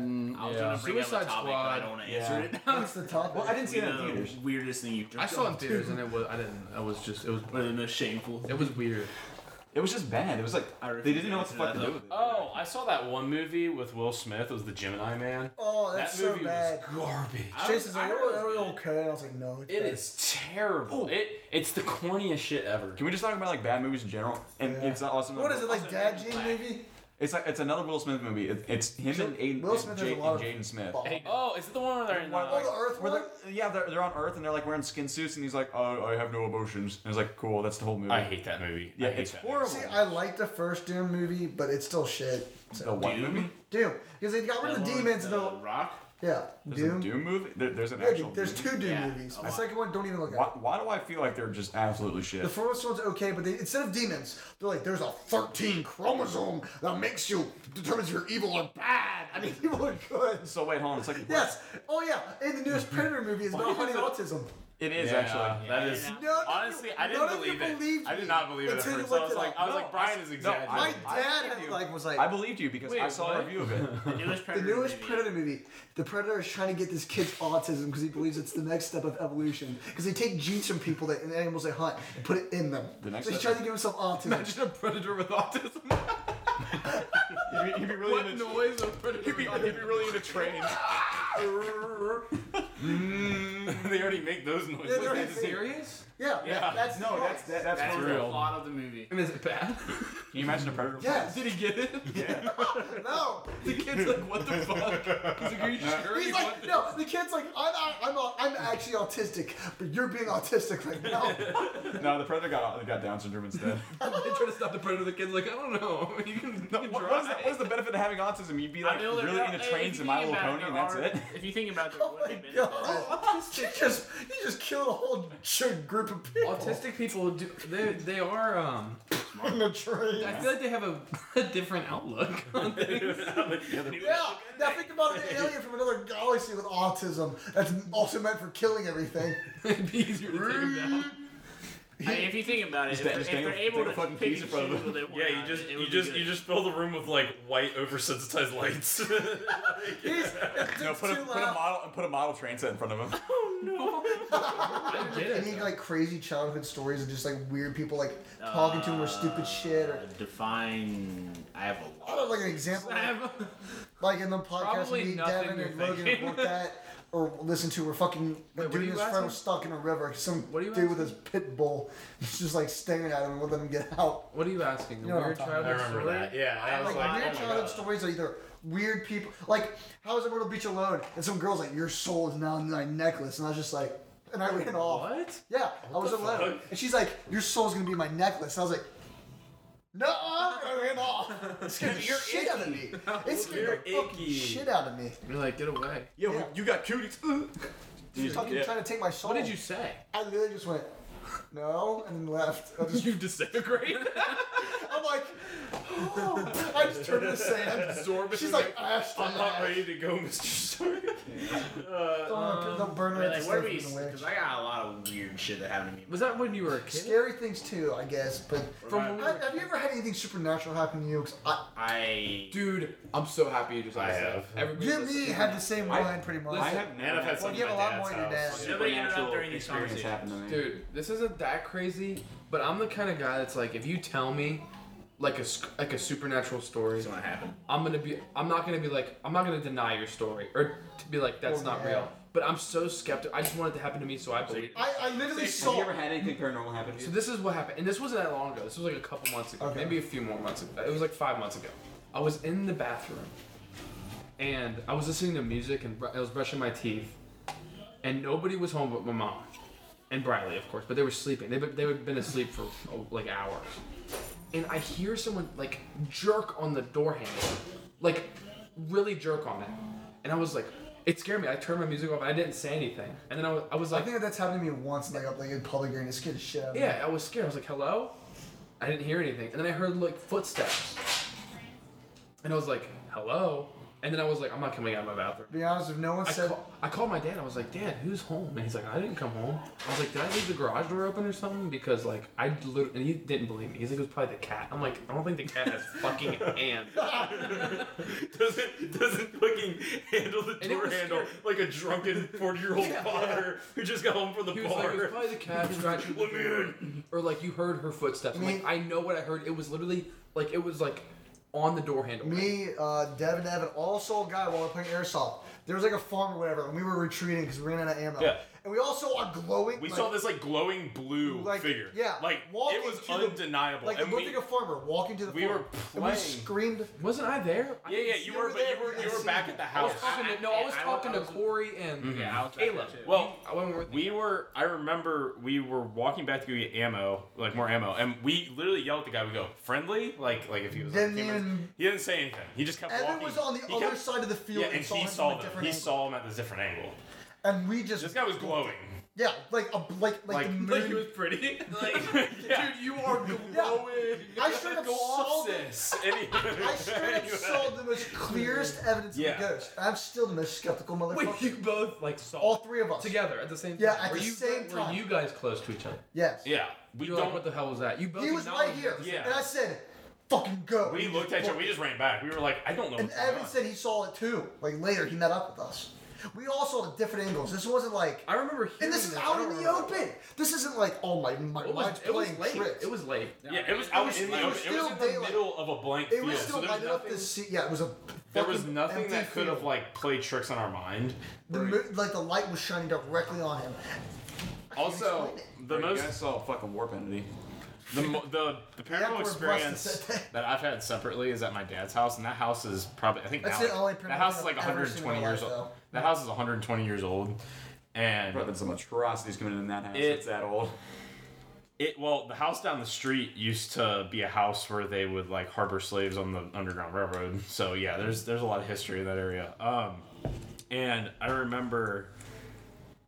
J: Yeah.
B: gonna bring
F: Suicide
B: up a topic, but
F: Squad.
B: I don't want to
G: Yeah.
B: answer it.
A: That's the topic.
G: Well, I didn't see
B: You
G: that in
B: know,
G: theaters.
B: the weirdest thing you've
F: I saw it in theaters and it was. I didn't. I was just. It was.
B: One of the most shameful.
F: It was weird.
G: It was just bad. It was like
B: I refuse
G: they didn't
B: to
G: know what the fuck
B: answer
G: to
B: that,
G: do with it.
C: Oh, I saw that one movie with Will Smith. It was the Gemini Man.
A: oh, that's
C: That
A: so
C: movie
A: bad.
C: was garbage.
A: Chase is like,
B: I
A: oh,
B: was-
A: are we okay? And I was like, no. It's
C: It
A: bad.
C: is terrible. It it's the corniest shit ever.
G: Can we just talk about like bad movies in general? And
A: Yeah.
G: it's awesome.
A: What is it, like Dad Gene movie?
G: It's like it's another Will Smith movie. It, it's him and Aiden,
A: Will Smith
G: and,
A: has a
G: Jade-
A: lot
G: and
A: of
G: Jaden Smith.
A: balls.
C: Hey, oh, is it the one where they're in?
G: Why-
C: uh,
A: Oh, the Earth
G: Where
A: one?
G: they're- yeah, they're, they're on Earth and they're like wearing skin suits, and he's like, "Oh, I have no emotions." And it's like, "Cool, that's the whole movie."
C: I hate that movie.
G: Yeah,
C: I hate
G: it's
C: that
G: horrible.
A: See, I like the first Doom movie, but it's still shit.
G: The
A: So,
G: what movie?
I: uh,
A: Doom. Because they got rid of the demons,
B: The
A: though.
B: Rock.
A: Yeah.
G: There's
A: Doom.
G: a Doom movie. There, there's an
A: Yeah,
G: actual.
A: dude, there's
G: Doom?
A: two Doom
B: Yeah.
A: movies. The second one, don't even look at.
G: Why,
A: it.
G: why do I feel like they're just absolutely shit?
A: The first one's okay, but they, instead of demons, they're like, there's a 13 chromosome that makes you determines if you're evil or bad. I mean, evil or good.
G: so wait, hold on. It's like
A: Yes. Oh yeah. And the newest Predator movie is about hunting autism.
G: it is
I: Yeah,
G: actually.
I: That is.
B: Yeah.
A: No,
I: Honestly, I didn't
A: none of you
I: believe it.
A: believed
I: I did
A: me
I: not believe it at
A: until you
I: first. I
A: looked
I: was
A: it
I: like, "Oh,
A: up.
I: I was
G: No,
I: like, Brian
G: I-
I: is
G: no,
I: exaggerating.
A: my
G: I
A: dad
G: believe
A: had,
G: you.
A: like was
G: I
A: like
G: believed you because
F: Wait,
G: I saw a
F: what?
G: review of it.
B: The newest
A: the
B: Predator.
A: newest
B: movie.
A: Predator movie. The Predator is trying to get this kid's autism because he believes it's the next step of evolution. Because they take genes from people that and animals they hunt and put it in them.
G: The next
A: so he's
G: step-
A: trying to give himself autism.
I: Imagine a predator with autism.
G: You'd be, you'd be really
I: what
G: into,
I: noise would a predator
G: you'd be,
I: be
G: you'd be really into trains.
I: They already make those noises.
A: they're-
I: They
F: Is it serious?
A: Yeah,
I: Yeah.
A: that's
G: No,
A: the
G: that's that, that's,
B: That's
G: for
B: the
G: real.
B: plot of the movie.
F: I mean, is it bad?
G: Can you imagine a predator? with
A: Yes.
I: Did he get it?
A: just- no.
I: The kid's like, what the fuck? He's like, are you sure?
A: He's
I: you want
A: like, no. The kid's like, I'm, I- I'm, au- I'm actually autistic, but you're being autistic right now.
G: autism? No, the predator got got Down syndrome instead.
I: this?" They try to stop the predator. The kid's like, I don't know. You can,
G: no,
I: you
G: what,
I: can
G: what, is the,
I: drive.
G: what is the benefit of having autism? You'd be
B: I
G: like
B: know there-
G: really
B: there-
G: into
B: if
G: trains
B: you
G: and My
B: think
G: Little
B: about
G: Pony,
B: there
G: and that's
B: are-
G: it.
B: If you think about it,
A: Oh my god! You just, you just killed a whole ch- group of people
F: Autistic people do. They they are. Um,
A: in the train.
F: I feel like they have a, a different outlook on things.
A: Yeah. Now think about an alien from another galaxy with autism. That's also meant for killing everything.
F: It'd be easier to take them down.
B: I mean, if you think about it, if,
G: that-
B: they're-
G: just
B: if
G: hang
B: they're
G: a-
B: able
G: take a
B: to
G: fucking
B: pick
G: piece
B: and
G: in front
B: choose
G: of
B: who they want,
C: Yeah, you just
B: it
C: you
B: would be
C: just
B: good.
C: you just fill the room with like white oversensitized lights.
A: He's, it's
G: No, put a,
A: too
G: put a
A: loud.
G: model put a model train set in front of him.
F: I get it.
A: Any
F: though.
A: like crazy childhood stories of just like weird people like talking to him or
F: Ah.
A: stupid shit or.
B: Uh, define. I have a
A: I don't
B: lot.
A: know, like an example.
F: I have-
A: Like in the podcast
F: Probably
A: me,
F: nothing
A: Devin
F: you're
A: and Logan
F: thinking.
A: looked at or listened to were fucking
F: Wait, what are
A: dude
F: you
A: and his friend
F: asking?
A: was stuck in a river. Some
F: What are you
A: dude with his pit bull was just like staring at him and wouldn't let him get out.
F: What are you asking? The
A: know what I'm
F: weird
A: talking about.
F: childhood story?
C: Yeah, I
A: Like weird childhood stories are either weird people like how was I on the beach alone and some girl's like, Your soul is now in my necklace and I was just like and I ran off.
F: What?
A: Yeah, I was alone. And she's like, Your soul's gonna be in my necklace. And I was like, no, I ran off. It scared the shit out of me. It scared the fucking
I: icky.
A: shit out of me.
F: You're like, get away.
G: Yo,
A: Yeah.
G: you got cooties. Ooh.
A: She's fucking
G: yeah.
A: trying to take my soul.
F: What did you say?
A: I literally just went, no, and then left. I just,
I: You disintegrate.
A: I'm like, oh. I just turned to sand.
I: Absorb it.
A: She's like, Ashton,
C: I'm not ready to go, Uh, Mr. Stark.
A: don't, um, don't burn her
B: But,
A: at the
B: like, what are we?
A: stake in the
B: Because I got a lot of weird shit that happened to me.
F: Was that when you were a kid?
A: Scary things too, I guess. But
F: From
A: have, have you ever had anything supernatural happen to you? 'Cause I,
B: I?
F: Dude, I'm so happy you just
C: I
F: asked that.
C: have.
F: Everybody
A: you and
F: listen.
A: me had the same
G: I-
A: line pretty much.
G: I have
C: And
G: never
C: I've had some
A: you
C: in
A: have
C: my
A: a lot more
C: dad's
A: than your
C: house.
A: dad's.
B: Nobody ended up
G: supernatural
B: during these
G: experience happen to me.
F: Dude, this isn't that crazy, but I'm the kind of guy that's like, if you tell me, like a sc- like a supernatural story,
B: It's gonna happen.
F: I'm gonna be, I'm not gonna be like, I'm not gonna deny your story or to be like, that's
A: Or
F: not
A: Oh, yeah.
F: real. But I'm so skeptical. I just want it to happen to me, so I believe. it.
A: I, I literally
G: Have
A: saw.
G: you ever had anything paranormal happen to
F: So
G: you?
F: this is what happened, and this wasn't that long ago. This was like a couple months ago,
A: Okay.
F: maybe a few more months ago. It was like five months ago. I was in the bathroom, and I was listening to music, and br- I was brushing my teeth, and nobody was home but my mom and Briley, of course. But they were sleeping. They they had been asleep for oh, like hours, and I hear someone like jerk on the door handle, like really jerk on it, and I was like. It scared me. I turned my music off and I didn't say anything. And then I was, I was
A: I
F: like,
A: think that's happened to me once, like up like in public and it scared the shit out of me.
F: yeah, I was scared. I was like, hello? I didn't hear anything. And then I heard like footsteps. And I was like, hello? And then I was like, I'm not coming out of my bathroom.
A: To be honest, if no one
F: I,
A: said,
F: call- I called my dad. I was like, Dad, who's home? And he's like, I didn't come home. I was like, Did I leave the garage door open or something? Because like I literally, and he didn't believe me. He's like, It was probably the cat. I'm like, I don't think the cat has fucking hands.
C: Doesn't doesn't fucking handle the
F: it
C: door
F: was
C: handle
F: scary.
C: like a drunken forty year old father who just got home from the
F: He was like,
C: bar.
F: It was probably the cat scratching the
C: Let me
F: door. Or like you heard her footsteps. I'm like, I know what I heard. It was literally like it was like on the door handle.
A: Me, uh, Dev, and Evan all saw a guy while we were playing airsoft. There was like a farm or whatever, and we were retreating because we ran out of ammo.
C: Yeah.
A: and we all saw a glowing.
C: We
A: like-
C: saw this like glowing blue
A: like,
C: figure.
A: Yeah,
C: like
A: walking
C: it was
A: to the-
C: undeniable.
A: like it
C: and
A: looked
C: we,
A: like a farmer walking to the
C: we
A: farm.
C: were
A: and we
C: playing.
A: screamed.
F: Wasn't I there?
C: yeah, yeah, you
A: you
C: were,
A: were
C: but
A: there,
C: you were
A: you
C: you were
A: seen
C: back
A: it.
C: at the
F: I
C: house.
F: was talking to, no, I was talking to Corey and
B: Yeah, I was back there,
F: Caleb.
B: too.
C: Well,
F: I went with
C: we were. I remember we were walking back to go get ammo, like more ammo, and we literally yelled at the guy. We go friendly, like like if he was.
A: Didn't
C: on camera.
A: even-
C: he didn't say anything. He just kept
A: Evan
C: walking.
A: was on the
C: He
A: other
C: kept-
A: side of the field
C: Yeah,
A: and
C: and
A: saw
C: he
A: him
C: saw
A: from a
C: them.
A: different
C: He
A: angle.
C: saw him at this different angle.
A: and we just
C: This guy was glowing.
A: yeah, like a like like,
C: Like-
I: Like
A: the moon.
I: he was pretty. Like,
C: Yeah.
I: dude, you are glowing.
A: I straight up
I: Go
A: saw
I: off,
A: the,
I: sis.
C: Any-
A: I straight up saw the most clearest evidence
C: Yeah.
A: of a ghost. I'm still the most skeptical
I: Wait,
A: motherfucker.
I: you both like saw
A: All three of us
F: together at the same time.
A: Yeah, at
F: were
A: the
F: you,
A: same
F: were
A: time.
F: you guys close to each other?
A: Yes.
C: yeah, we
F: You're
C: don't.
F: like, what the hell was that? You both.
A: He was right
F: acknowledged
A: here,
F: it.
C: Yeah.
A: and I said, "Fucking go."
C: we
A: And
C: looked
A: he
C: at each
A: just
C: other. We just ran back. We were like, I don't know.
A: And
C: what's going
A: Evan
C: on.
A: said he saw it too. Like later, he met up with us. We all saw the different angles. This wasn't like,
F: I remember hearing
A: and this is
F: I
A: out
F: don't
A: in the
F: remember.
A: open. This isn't like, oh my, my
F: It
A: mind's
F: was, it was
A: playing
F: late.
A: tricks.
F: It was late.
C: Yeah, it was out
A: was-
C: in the
A: it was
C: open. It was
A: still
C: in the
A: daylight.
C: middle of a blank
A: It
C: field.
A: was
C: so
A: still
C: there was
A: lighted up
C: nothing-
A: this. se- Yeah, it was a.
C: There was
A: fucking
C: nothing
A: empty
C: that could have
A: field.
C: like played tricks on our mind.
A: The mo- like the light was shining directly on him.
C: Also, the
G: Bro,
C: most
G: you guys saw a fucking warp entity.
C: the mo- the the
A: Yeah,
C: paranormal
A: we're
C: experience
A: blessed to say that.
C: that I've had separately is at my dad's house, and that house is probably I think
A: That's
C: now,
A: the only
C: that
A: paranormal
C: house
A: thing
C: is like
A: I've ever seen in
C: 120
A: my
C: years
A: life,
C: old.
A: though.
C: That house is 120 years old, and
G: Probably been some atrocities committed in that house.
C: It-
G: it's that old.
C: It well, the house down the street used to be a house where they would like harbor slaves on the Underground Railroad. So yeah, there's there's a lot of history in that area. Um, and I remember,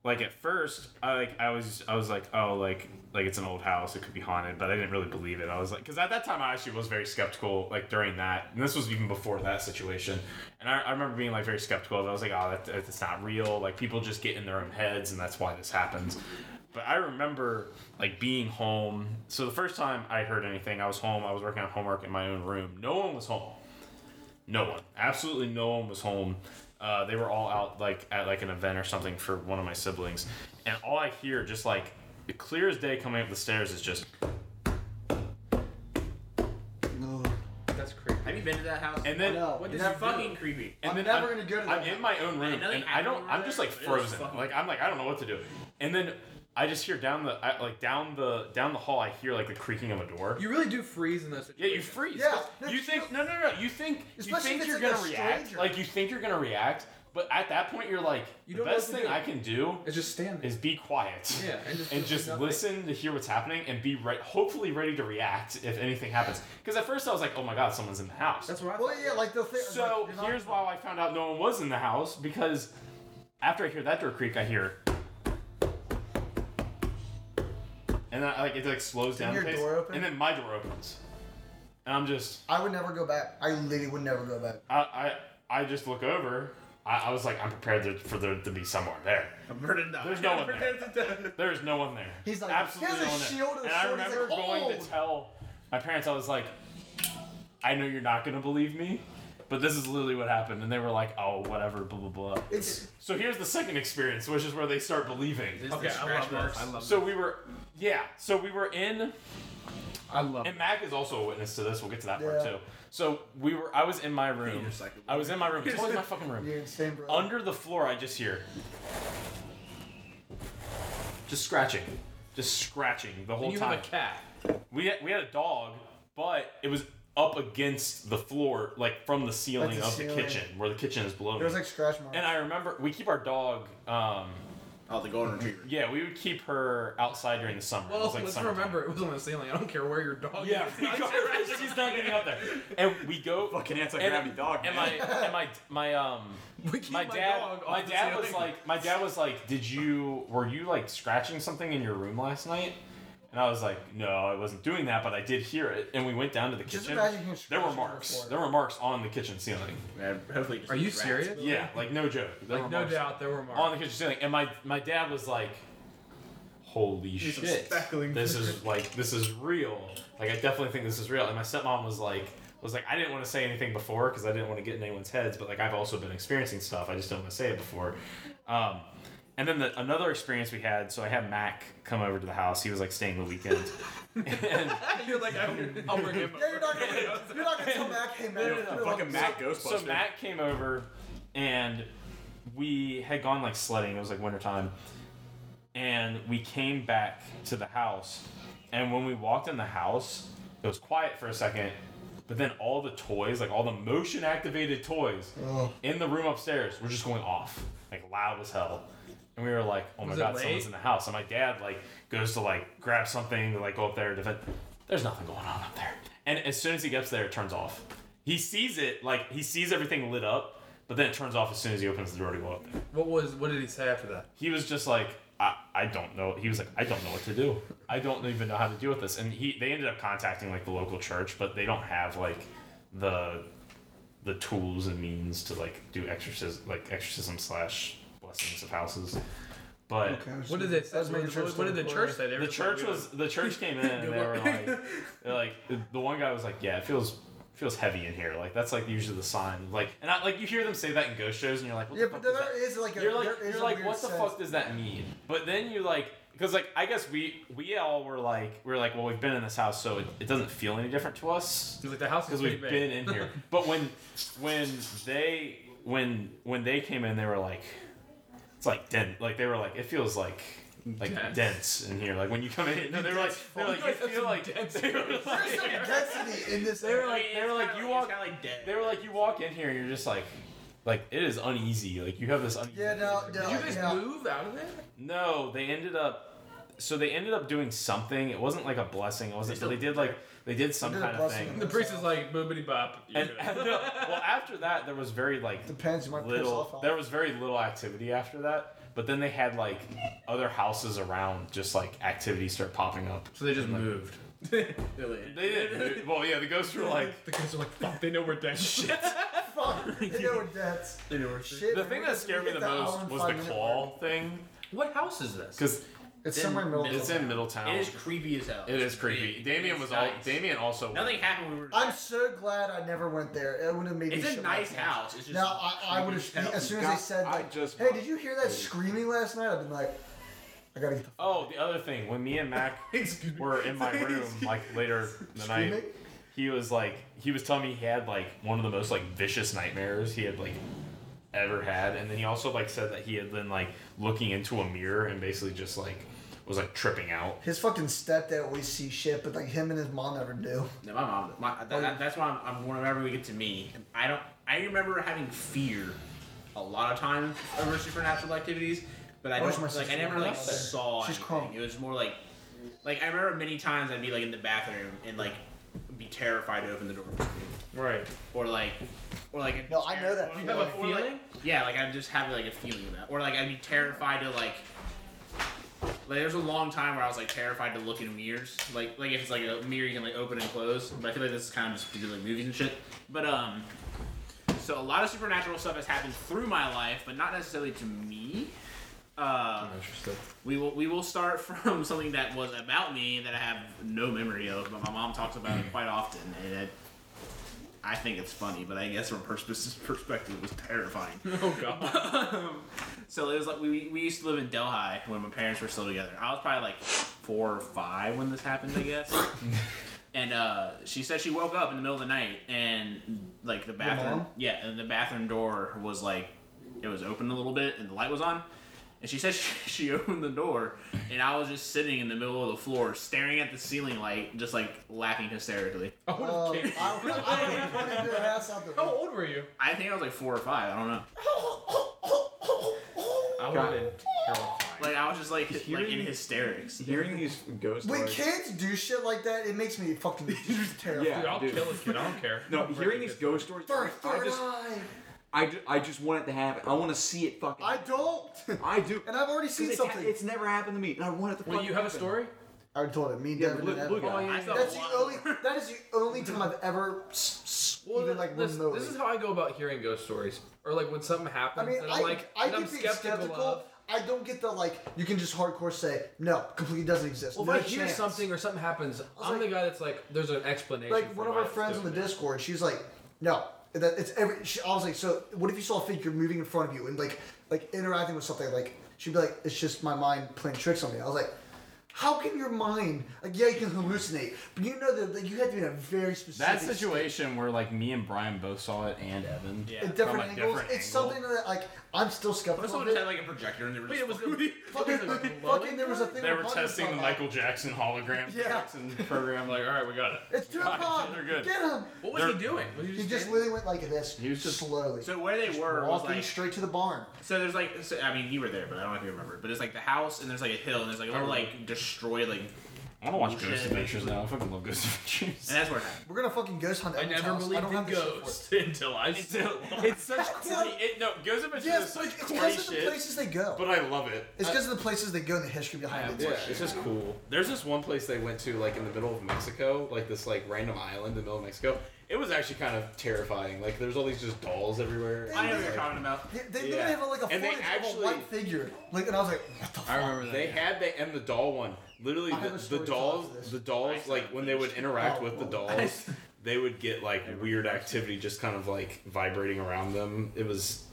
C: like at first, I like I was I was like oh like like it's an old house, it could be haunted, but I didn't really believe it. I was like because at that time I actually was very skeptical like during that, and this was even before that situation. And I, I remember being like very skeptical. of it. I was like oh that, that's not real. Like people just get in their own heads, and that's why this happens. But I remember like being home. So the first time I heard anything, I was home. I was working on homework in my own room. No one was home. No one. Absolutely no one was home. Uh, they were all out like at like an event or something for one of my siblings. And all I hear just like clear as day coming up the stairs is just
F: That's creepy.
B: Have you been to that house?
C: and then
A: No,
B: what
A: you
B: is
A: never
B: fucking
A: do.
B: creepy?
C: and
A: I'm
C: then
A: never
C: I'm,
A: gonna go to
C: I'm
A: that.
C: in my own room
B: know
C: and
B: you
C: I
B: have
C: don't.
B: one
C: I'm
B: room,
C: just like
B: but it was
C: frozen.
B: fucking-
C: Like I'm like I don't know what to do. And then I just hear down the I, like down the down the hall. I hear like the creaking of a door.
F: You really do freeze in those
C: Yeah,
F: situations.
C: you freeze.
A: Yeah, no,
C: You
A: you
C: think no, no, no. You think you
A: Especially
C: think
A: if
C: you're
A: it's
C: gonna
A: like a
C: react.
A: stranger.
C: Like you think you're gonna react, but at that point you're like,
F: You
C: the
F: don't know
C: best
F: what to
C: thing
F: do.
C: I can do
F: It's just standing.
C: is be quiet.
F: Yeah, and just-
C: and
F: just
C: just
F: nothing.
C: listen to hear what's happening and be re- hopefully ready to react if anything happens. Because at first I was like, oh my god, someone's in the house.
F: That's what I.
A: Well,
F: thought.
A: yeah, like the thing.
C: so
A: like, you're not-
C: here's why I found out no one was in the house because after I hear that door creak, I hear. And I, like it like slows down
A: your
C: the pace,
A: door open?
C: and then my door opens, and I'm just
A: I would never go back. I literally would never go back.
C: I I, I just look over. I, I was like, I'm prepared to, for there to be someone there.
B: I'm burning down.
C: There's no one there. There's no one there.
A: He's like,
C: absolutely
A: "Here's a
C: no one
A: shield and
C: there."
A: a
C: And I
A: sword. He's
C: remember
A: like,
C: going
A: "Oh."
C: to tell my parents. I was like, I know you're not gonna believe me, but this is literally what happened. And they were like, Oh, whatever, blah blah blah.
A: It's
C: So here's the second experience, which is where they start believing.
B: Okay, I love this. I love
C: So we were, yeah. So we were in
F: I love.
C: and Mac is also a witness to this. We'll get to that part
A: Yeah.
C: too. So we were. I was in my room.
B: You're psycho.
C: I was in my room. It's always my fucking room.
A: you're insane, bro.
C: Under the floor, I just hear. Just scratching. Just scratching the whole
F: You
C: time.
F: have a cat.
C: we, had, we had a dog, but it was up against the floor, like from the ceiling
A: Like the
C: of the
A: ceiling.
C: kitchen, where the kitchen is below me.
A: There's like scratch marks.
C: and I remember we keep our dog. Um,
B: Oh, the golden retriever.
C: yeah, we would keep her outside during the summer. It
F: Well,
C: was, like,
F: let's
C: summertime. Oh,
F: remember it was on the ceiling. I don't care where your dog
C: Yeah,
F: is.
C: regardless, she's not getting up there. And we go
G: Fucking anti-gravity
C: and,
G: dog.
C: and my
G: man.
C: and my my um
F: We keep
C: my dad
F: dog
C: my
F: off the
C: dad was
F: ceiling.
C: like my dad was like did you were you like scratching something in your room last night and I was like no I wasn't doing that but I did hear it and we went down to the
A: Just
C: kitchen
A: imagine him
C: there
A: scratching
C: were
A: on the
C: marks
A: floor.
C: there were marks on the kitchen ceiling
B: Man, hopefully.
F: Are you serious?
C: yeah like no joke There were
F: Like no
C: marks
F: doubt there were marks.
C: on the kitchen ceiling and my my dad was like holy
B: some
C: shit
B: speckling.
C: this is like this is real like i definitely think this is real and my stepmom was like was like i didn't want to say anything before because i didn't want to get in anyone's heads but like i've also been experiencing stuff i just don't want to say it before um and then the, another experience we had so i had mac come over to the house he was like staying the weekend and
F: You're like I'll, I'll bring him.
A: yeah, you're not gonna. You're not gonna tell Mac, hey man.
C: no, no,
A: you're like-
G: fucking Mac
C: So
G: Ghostbuster.
C: Matt came over, and we had gone like sledding. It was like wintertime. and we came back to the house. And when we walked in the house, it was quiet for a second, but then all the toys, like all the motion activated toys in the room upstairs, were just going off, like loud as hell. And we were like, oh my
I: Was it
C: god,
I: late?
C: someone's in the house. And my dad, like, goes to, like, grab something to, like, go up there and defend. There's nothing going on up there. And as soon as he gets there, it turns off. He sees it, like, he sees everything lit up, but then it turns off as soon as he opens the door to go up there
F: What was? What did he say after that?
C: he was just like I, I don't know he was like i don't know what to do i don't even know how to deal with this and he they ended up contacting like the local church but they don't have like the the tools and means to like do exorcism like exorcism slash blessings of houses but
F: What did they say?
A: was making sure
F: What, what did the
A: it's
F: church say? They were
C: the church
F: like,
C: was the church came in and they were like they're like the one guy was like yeah it feels feels heavy in here like that's like usually the sign like and I, like you hear them say that in ghost shows and you're like what
A: Yeah,
C: the
A: but
C: fuck is that?
A: there is like a
C: you're like
A: there is
C: you're
A: a
C: like
A: weird
C: what the
A: sense.
C: fuck does that mean? But then you like because like I guess we we all were like we are like well we've been in this house so it, it doesn't feel any different to us
F: He's like the house is
C: because
F: pretty
C: we've
F: big.
C: been in here. But when when they when when they came in they were like it's like dense like they were like it feels like. Like dense.
F: Dense.
C: in here. Like when you come in, no, they were like, they were like, you feel like dense. They were like,
A: Density in this.
C: they were like, they were like, you walk,
B: kind of like dead.
C: they were like, you walk in here and you're just like, like it is uneasy. Like you have this uneasy.
A: Yeah, no, no,
F: Did you guys
A: yeah.
F: move out of there?
C: No, they ended up. So they ended up doing something. It wasn't like a blessing. It wasn't. But they did like they did some
A: They did a
C: kind of
A: blessing.
C: thing.
F: The priest is like boobity bop. you're
C: And,
F: good.
C: and no, well, after that, there was very like
A: Depends. You might piss off.
C: little. There was very little activity after that. But then they had like other houses around, just like activities start popping up.
F: so they just moved.
C: They did. Well, yeah, the ghosts were like.
F: The kids are like, fuck, they know we're dead. Shit.
A: Fuck. They know that's shit.
C: The thing that scared me the most was the claw thing,
F: what house is this?
C: because
A: It's somewhere in the middle.
C: it's in Middletown.
B: It is creepy as hell.
C: It is creepy.
B: It-
C: Damien
B: it's
C: was all.
B: nice.
C: Damien also.
B: Nothing happened when we were.
A: I'm so glad I never went there. It would have made me.
B: it's a
A: shit my
B: nice
A: pants.
B: house. It's just
A: Now I, I would have
B: creepy
A: as
B: as hell.
A: soon as they said
G: I
A: like,
G: just-
A: "Hey, did you hear that screaming last night?" I've been like, "I gotta get the fuck
C: Oh, the other thing, when me and Mac were in my room like later in the night,
A: Screaming?
C: he was like he was telling me he had like one of the most like vicious nightmares he had like ever had, and then he also like said that he had been like looking into a mirror and basically just like was like tripping out.
A: His fucking stepdad always sees shit, but like him and his mom never do.
B: No, my mom. My, that, that- that's why I'm, I'm whenever we get to me, I don't. I remember having fear a lot of times over supernatural activities, but I
A: I wish
B: don't.
A: my
B: like I
A: sister
B: never
A: was
B: like
A: out there.
B: saw.
A: She's
B: anything.
A: crumb.
B: It was more like, like I remember many times I'd be like in the bathroom and like be terrified to open the door,
F: right.
B: or like, or like.
A: No, I know that
B: or-
A: feeling.
F: You have a
B: or, like-
F: feeling?
B: yeah, like I just have like a feeling of that, or like I'd be terrified to like. Like there's a long time where I was like terrified to look in mirrors, like like if it's like a mirror you can like open and close. But I feel like this is kind of just because of, like movies and shit. But um, so a lot of supernatural stuff has happened through my life, but not necessarily to me. Uh,
F: Interesting.
B: we will we will start from something that was about me that I have no memory of, but my mom talks about it quite often, and it, I think it's funny. But I guess from her pers- perspective, it was terrifying.
F: Oh god.
B: so it was like we, we used to live in Delhi when my parents were still together. I was probably like four or five when this happened, I guess. and uh, she said she woke up in the middle of the night and like the bathroom,
A: mom?
B: yeah, and the bathroom door was like it was open a little bit and the light was on. And she said she, she opened the door and I was just sitting in the middle of the floor staring at the ceiling light, just like laughing hysterically.
F: I would have
A: Um,
F: kicked. you.
A: I, I would have run into her ass out the
F: How
A: window.
F: old were you?
B: I think I was like four or five. I don't know.
F: I would have been.
B: Like I was just like like in
G: Hearing-
B: hysterics.
G: Hearing these ghost
A: When
G: stories.
A: kids do shit like that, it makes me fucking terrified.
G: Yeah.
F: Dude, I'll
G: Dude.
F: kill this kid. I don't care.
G: No,
F: Break
G: hearing
F: it.
G: these ghost stories.
A: Third,
G: I
A: third
G: just,
A: eye.
G: I, ju- I just want it to happen. I want to see it fucking.
A: I don't,
G: I do.
A: and I've already
G: 'Cause
A: seen
G: it ha-
A: something.
G: it's never happened to me, and I want it to.
F: Wait,
G: fucking
F: you have a
G: happen.
F: story?
A: I already told it. Me and
G: Yeah,
A: Devin
G: Luke,
A: did
G: Luke,
A: that.
B: I
G: I,
B: saw
A: That's the
B: one-
A: only. That is the only time I've ever s- s- even like
F: this,
A: remotely.
F: this is how I go about hearing ghost stories, or like when something
A: I
F: happens
A: mean,
F: that
A: I,
F: I'm like,
A: I
F: that
A: can
F: I'm
A: be
F: skeptical,
A: skeptical.
F: of.
A: I don't get the like. You can just hardcore say no, completely doesn't exist.
F: Well,
A: no
F: if I hear
A: chance."
F: something or something happens,
A: was
F: I'm
A: like-
F: the guy that's like, there's an explanation.
A: like
F: for
A: one of
F: why
A: our
F: it's
A: friends on the
F: doing it.
A: Discord, she's like, no, that it's every. She, I was like, so what if you saw a figure moving in front of you and like like interacting with something? Like she'd be like, it's just my mind playing tricks on me. I was like, How can your mind, like, yeah, you can hallucinate, but you know that like, you have to be in a very specific.
K: That situation where like me and Brian both saw it and Evan.
A: state At
K: From
A: different
K: a
A: angles.
K: different
A: it's
K: angle.
A: something that, like, I'm still
B: But
A: skeptical.
B: someone
A: of
B: just
A: it.
B: had like a projector and they were just.
A: Fucking, fucking, there was a thing.
K: They
A: with
K: were
A: Pontius
K: testing the
A: on that.
K: Michael Jackson hologram
A: Yeah.
K: Jackson program. Like, all right, we got it.
A: It's two o'clock.
K: they're good.
A: Get him.
B: what was he doing? Was
A: He just
B: standing?
A: literally went like this.
K: He was just-
A: slowly.
B: so where they were was
A: walking
B: like
A: straight to the barn.
B: so there's like so, I mean you were there but I don't know if you remember but it's like the house and there's like a hill and there's like a little like destroyed like and
K: I want to watch Ghost
B: Bullshit.
K: Adventures now. I fucking love Ghost Adventures.
B: that's where it happened.
A: We're gonna fucking ghost hunt.
L: I
A: Evan's
L: never
A: house.
L: believed
A: don't
L: in
A: have the shit for it.
L: ghosts until I still.
K: It's such corny. It, no, Ghost Adventures
A: Yes,
K: is
A: but
K: such
A: it's
K: corny
A: because of the
K: shit.
A: places they go.
K: But I love it.
A: it's because of the places they go and the history behind it.
C: Yeah, it's just cool. There's this one place they went to, like in the middle of Mexico, like this like random island in the middle of Mexico. It was actually kind of terrifying. Like there's all these just dolls everywhere.
A: I know what
C: Like,
A: you're
B: about.
A: They, they
C: Yeah.
A: literally have like a
C: And they
A: footage of a
C: actually-
A: white figure. Like, and I was like, what the fuck?
C: I remember They had the and the doll one. Literally,
A: I have a
C: the, the
A: story
C: dolls,
A: to this.
C: the dolls, like when they would interact
A: Oh,
C: with the
A: well.
C: dolls, they would get like weird activity just kind of like vibrating around them. It was,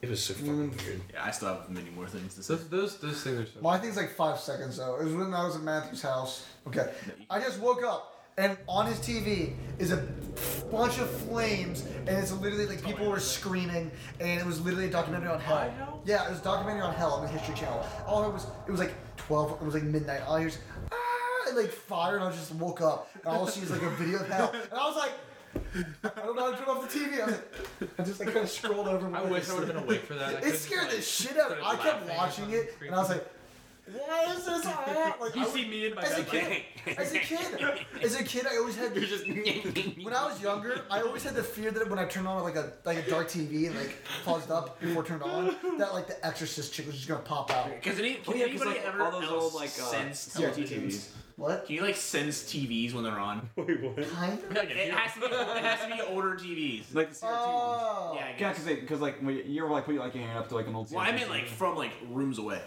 C: it was so fucking
A: Mm.
C: weird.
B: Yeah, I still have many more things to say.
F: Those, those, those things are so.
A: My thing's like five seconds though. It was when I was at Matthew's house. Okay. I just woke up and on his TV is a bunch of flames and it's literally like people were screaming and it was literally a documentary on hell. Yeah, it was a documentary on hell on the History Channel. All it was it was like twelve it was like midnight. All I hear is ah and like fire and I just woke up and all I see is like a video of hell. And I was like I don't know how to turn off the TV. I, was like, I just like kind of scrolled over. and
F: I
A: went
F: wish
A: to
F: I would have
A: sleep.
F: been awake for that. I
A: It
F: couldn't,
A: scared
F: like-
A: the shit out of me. I kept
F: laughing or
A: watching it,
F: something
A: and I was like, "Why is this on?" Like, I
L: You
A: would-
L: see me in my
A: as a
L: bed. like,
A: kid, as a kid, as a kid, I always had. when I was younger, I always had the fear that when I turned on like a like a dark TV and like paused up before it turned on, that like the Exorcist chick was just gonna pop out.
B: Because any, can
G: Oh, yeah, 'cause,
B: anybody
G: like,
B: ever
G: all those
B: else
G: old, like, uh,
B: sense
A: yeah,
B: televisions?
A: What?
B: Can you like sense TVs when they're on?
A: Kind of.
B: it has to be. It has to be older TVs.
G: Like the CRT ones.
A: Oh.
B: yeah, I
G: Yeah,
B: guess.
G: because because like when you- you were like put like your hand up to like an old.
B: well, I
G: CRT
B: meant like
G: TV.
B: from like rooms away.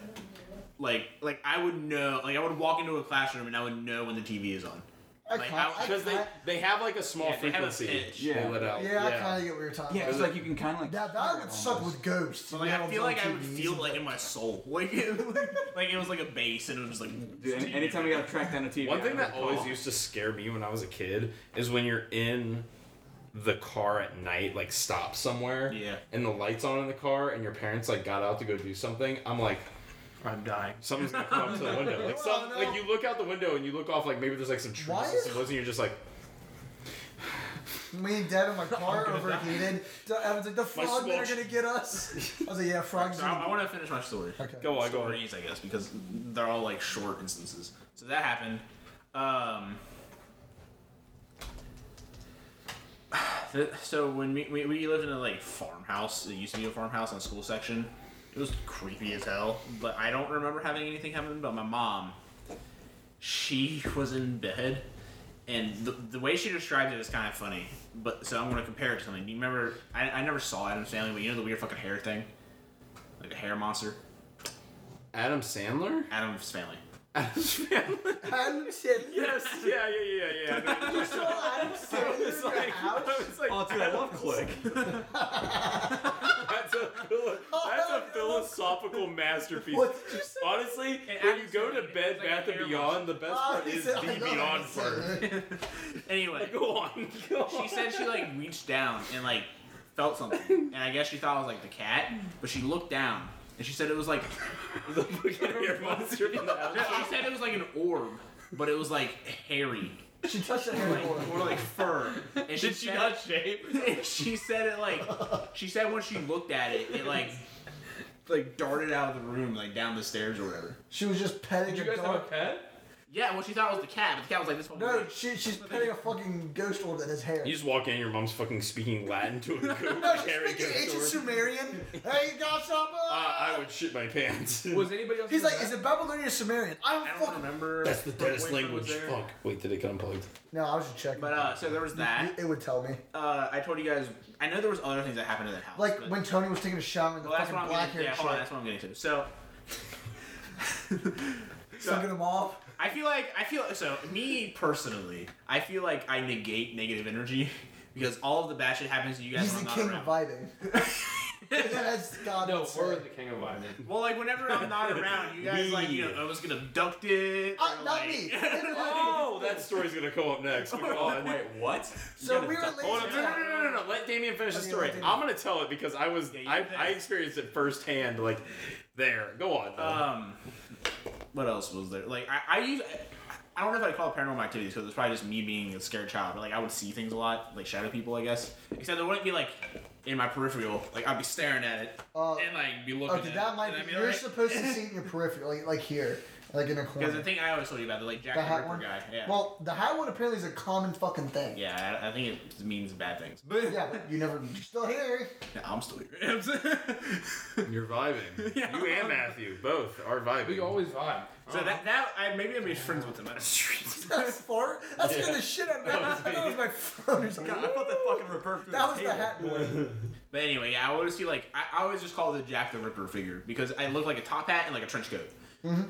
B: Like, like I would know. Like I would walk into a classroom and I would know when the TV is on.
A: I
B: Like,
A: kind.
B: how-
A: I
C: Because they
A: kind-
C: they have like a small
B: Yeah, they have a
C: frequency.
B: pitch.
C: they
G: Yeah.
C: let out.
A: Yeah, I kind of get what you're talking
G: Yeah,
A: about.
G: it's like you can kind of like. Oh,
A: Now that would suck with ghosts.
B: So like I
A: Now
B: feel
A: it's
B: like
A: on
B: I would
A: TVs
B: feel
A: and
B: like in my soul, like it, like it was like a bass and it was just like.
G: Dude, any, anytime we gotta track down a TV.
C: One
G: I
C: thing
G: gotta
C: that
G: call.
C: always used to scare me when I was a kid is when you're in the car at night, like stop somewhere,
B: Yeah.
C: and the lights on in the car, and your parents like got out to go do something. I'm like,
F: I'm dying.
C: something's gonna come up to the window. Like, some,
A: Oh, no.
C: like you look out the window and you look off, like maybe there's like some trees
A: Why
C: and
A: is-
C: some woods, and you're just like,
A: Me and Dad in my car overheated. D- Evan's like, the frogmen are
C: squelch.
A: gonna get us. I was like, yeah, frogs.
B: So
A: are
B: I,
A: gonna-
B: I want to finish my story.
A: Okay.
C: go on, go on.
B: stories, I guess, because they're all like short instances. So that happened. Um, th- so when we, we, we lived in a like farmhouse, it used to be a farmhouse in a school section. It was creepy as hell, but I don't remember having anything happen. But my mom, she was in bed, and the, the way she described it is kind of funny. But so I'm gonna compare it to something. Do you remember? I, I never saw Adam's Family, but you know the weird fucking hair thing, like the hair monster.
C: Adam Sandler?
B: Adam's Family.
C: Adam Sandler?
A: Adam Sandler.
C: yes, yeah, yeah, yeah, yeah.
A: You saw Adam Sandler in
C: It's
A: your
C: like,
A: house?
C: it's like
G: Oh, dude, I love Click.
C: That's a, philo-
A: Oh,
C: that's a philosophical masterpiece.
A: What did you say?
C: Honestly,
L: And
C: when you
L: Adam's
C: go to
L: doing it.
C: Bed
L: It's like
C: Bath
L: a
C: and
L: hair
C: Beyond, the best
A: Ah,
C: part
A: he
C: is
A: said,
C: the
A: I love
C: Beyond
A: Adam
C: part.
A: Sandler.
B: Anyway,
C: Go on, go on.
B: she said she like reached down and like felt something, and I guess she thought it was like the cat, but she looked down and she said it was like
C: the fucking hair monster in the house.
B: she said it was like an orb, but it was like hairy
A: She touched that hair
B: like,
A: before.
B: or like fur. And
L: Did she
B: said-
L: not shape?
B: and she said it like she said when she looked at it, it like like darted out of the room like down the stairs or whatever.
A: She was just petting
L: You
A: a
L: guys have a
A: dog.
L: pet?
B: Yeah, well she thought it was the cat, but the cat was like this. fucking
A: No,
B: weird.
A: she, she's petting a fucking ghost orb that has hair.
C: You just walk in, your mom's fucking speaking Latin to a goat.
A: no, she's
C: carrying
A: speaking
C: ghost
A: ancient
C: orb.
A: Sumerian. Hey, Goshapa!
C: Uh, I would shit my pants.
F: Was anybody else?
A: He's
F: in the
A: like,
F: back?
A: is it Babylonian or Sumerian? I don't,
B: I don't
A: fucking
B: remember.
C: That's the
B: what
C: deadest
B: boyfriend was
C: language.
B: there.
C: Fuck. Wait, did it get unplugged?
A: No, I was just checking.
B: But uh, so there was that.
A: it, it would tell me.
B: uh, I told you guys. I know there was other things that happened in that house.
A: Like
B: but-
A: when Tony was taking a shower and the
B: well, that's what
A: fucking
B: I'm
A: black
B: getting.
A: hair
B: Yeah, hold on,
A: chick
B: that's what I'm getting to. So,
A: sucking him off.
B: I feel like I feel so. Me personally, I feel like I negate negative energy because all of the bad shit happens to you guys
A: He's
B: when
A: the
B: I'm
A: king
B: not
A: of
B: around.
A: vibing. That's God.
F: No,
A: that's
F: we're
A: it.
F: the king of Biden.
B: Well, like whenever I'm not around, you guys like you know I was gonna abduct it.
A: Uh, not
B: or, like-
A: me.
M: Oh, that story's gonna come up next. Hold on.
G: Wait, what?
A: so we were late.
M: Hold on, No, no, no, no, no, no. Let Damien finish the
A: Okay,
M: story.
A: let Damien-
M: I'm gonna tell it because I was
B: you
M: I,
B: finish.
M: I experienced it firsthand. Like, there. Go on. though.
B: Um, what else was there? Like I, I use. I don't know if I'd call it paranormal activity because it's probably just me being a scared child. But like I would see things a lot, like shadow people, I guess. Except it wouldn't be like in my peripheral. Like I'd be staring at it
A: Uh,
B: and like be
G: Oh,
B: looking.
A: okay,
B: at
A: that
B: it.
A: might
B: And
A: be.
B: I'd
A: you're
B: like-
A: supposed to see it in your peripheral, like, like here, like in a corner.
B: Because the thing I always told you about the like Jack
A: the
B: the,
A: hat
B: Ripper
A: one.
B: guy. Yeah.
A: Well, the hat one apparently is a common fucking thing.
B: yeah, I, I think it means bad things.
A: But yeah, but you never. You're still here.
B: No, I'm still here.
M: You're vibing. you and Matthew both are vibing.
F: We always vibe.
B: so that that I maybe I made friends with him on the streets.
A: That's far. That scared the shit out of me. That was my phone or something.
G: God, I thought that fucking reverbed through
A: That was
G: the
A: the
G: table.
A: hat one.
B: But anyway, yeah, I always see like I, I always just call it the Jack the Ripper figure because I look like a top hat and like a trench coat.
A: That's,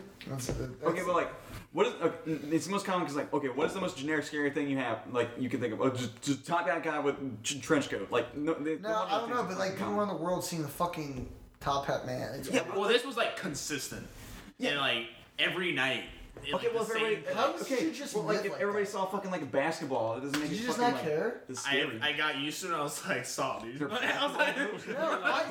A: that's,
G: Okay, but like, what is? Uh, it's the most common because like, okay, what is the most generic scary thing you have? Like, you can think of. Oh, just, just top that guy with t- trench coat. Like, no, they,
A: no, I don't know. But like people around the world seeing the fucking top hat man. It's, yeah.
B: Well, this was like consistent. And like every night. it,
G: Okay,
B: like,
G: well,
B: the
G: if
B: same-
G: everybody,
A: How does
G: okay,
A: she just
G: well, like,
A: live
G: if
A: like
G: everybody
A: that?
G: saw fucking like a basketball, it doesn't make
A: Did
G: it
A: you just
G: fucking,
A: not
G: like,
A: care?
G: it's scary.
B: I, I got used to it. and I was like, saw dude.
G: They're
B: I was like,
A: No, I,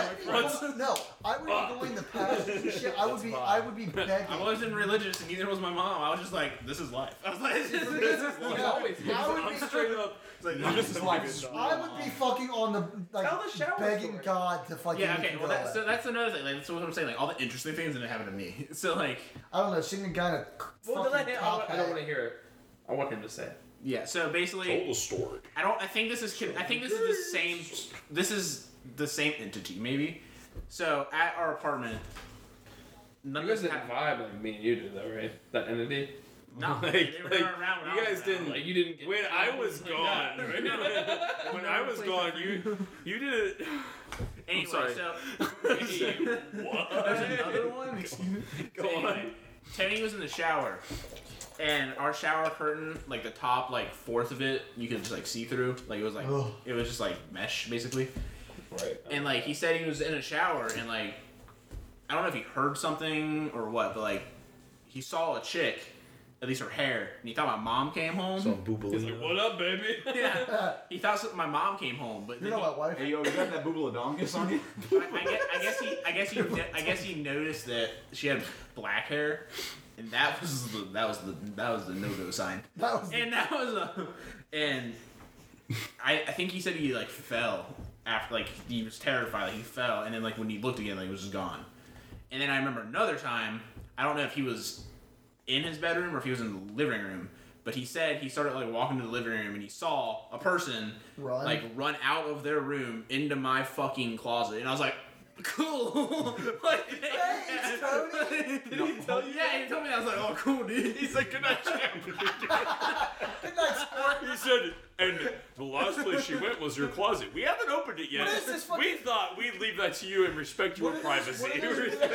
A: I think, no, I would be going the past and shit. I would be, I would be begging.
B: I wasn't religious, and neither was my mom. I was just like, this is life. I was like, this is life.
A: No,
F: always-
A: I would be
B: It's like,
G: This is like
A: I would be fucking on the like
F: Tell the shower
A: begging
F: story.
A: God to fucking.
B: Yeah,
A: make
B: okay.
A: me
B: Well,
A: go
B: that's,
A: that.
B: so that's another thing. Like, that's what I'm saying. Like, all the interesting things didn't happen to me. So, like,
A: I don't know. Seeing a guy in a
F: Well,
A: fucking
F: then I, I,
A: top
F: I don't
A: hat.
F: want to hear it. I want him to say it.
B: yeah. So basically,
M: Told the story.
B: I don't. I think this is. con- I think this is the same. This is the same entity, maybe. So at our apartment, none
F: You
B: of
F: guys
B: us
F: didn't
B: had.
F: vibe like me and you did, though, right? That entity.
B: No,
M: Like-
B: they were
M: like,
B: around when
M: you
B: I was
M: guys
B: around.
M: didn't-
F: Like you didn't. Get
M: When I was gone, when I was gone, you you did it.
B: Anyway,
M: sorry.
B: so
M: What?
B: another one.
M: Go on.
B: Teddy was in the shower, and our shower curtain, like the top like fourth of it, you could just like see through. Like it was like
A: Ugh.
B: it was just like mesh basically.
F: Right.
B: And like he said he was in a shower and like I don't know if he heard something or what, but like he saw a chick, at least her hair, and he thought my mom came home.
M: He's like, what up, baby?
B: yeah, he thought some- my mom came home, but
A: You
B: then
A: know
B: he-
A: what, wife?
G: Hey yo, you got that boobaladongus on you?
B: I, I guess, I guess he, I guess he, I guess he noticed that she had black hair, and that was the, that was the, that was the no go sign.
A: That was.
B: And that was a, and I, I think he said he like fell after, like he was terrified, like he fell, and then like when he looked again, like it was just gone. And then I remember another time, I don't know if he was in his bedroom or if he was in the living room. But he said he started like walking to the living room and he saw a person
A: Run.
B: like run out of their room into my fucking closet, and I was like, "Cool." like,
A: Thanks, Tony.
B: Did he tell you? Yeah, he told me. I was like, "Oh, cool, dude." He's like, "Good night,
A: Good night, sport.
M: He said, and the last place she went was your closet. We haven't opened it yet.
A: What is this
M: we
A: fucking-
M: thought we'd leave that to you and respect your privacy.
A: what is
M: We
A: this-
M: respect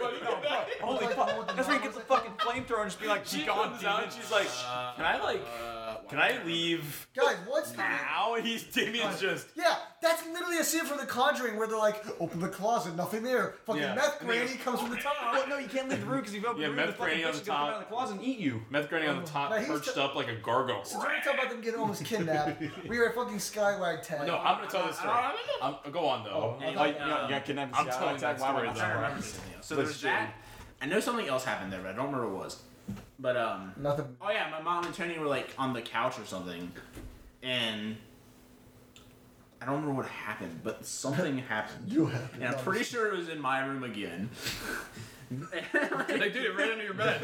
A: what is
M: your-
G: Holy
A: Like,
G: fuck!
A: more than
G: That's where
A: that,
G: you get the
A: was
G: fucking flamethrower and just be Uh, like,
M: She
G: God
M: comes
G: damn
M: out
G: it.
M: and she's like, can I like, can I leave
A: Guys, what's the?
M: now? And he's Damien's just.
A: Yeah, that's literally a scene from The Conjuring where they're like, open the closet, nothing there. Fucking
M: Yeah.
A: meth
M: And they
A: granny comes from the top.
G: Well, no, you can't leave the room because you've opened
M: Yeah,
G: the room.
M: meth
G: the fucking
M: granny on
G: bitch
M: the
G: is gonna come
M: top.
G: out of the closet and eat you.
M: Meth Granny on the top,
A: Now, Oh. he's
M: perched
A: t-
M: up like a gargoyle.
A: Since we're talking about them getting almost kidnapped, we were at fucking Skywag Tag.
M: No, I'm gonna tell this story.
B: I
M: I'm, go on though.
G: Oh,
A: uh,
G: you, got- you got kidnapped.
M: I'm
G: Yeah,
M: telling
G: like,
M: that
G: why
M: story,
G: would I-
M: though.
B: I don't remember something else. So
M: Let's
B: there's
M: jam.
B: that. I know something else happened there, but I don't remember what it was. But um,
A: Nothing.
B: oh yeah, my mom and Tony were like on the couch or something, and I don't remember what happened, but something happened.
A: You have.
B: And I'm pretty sure it was in my room again.
F: Like, dude, it ran under your bed.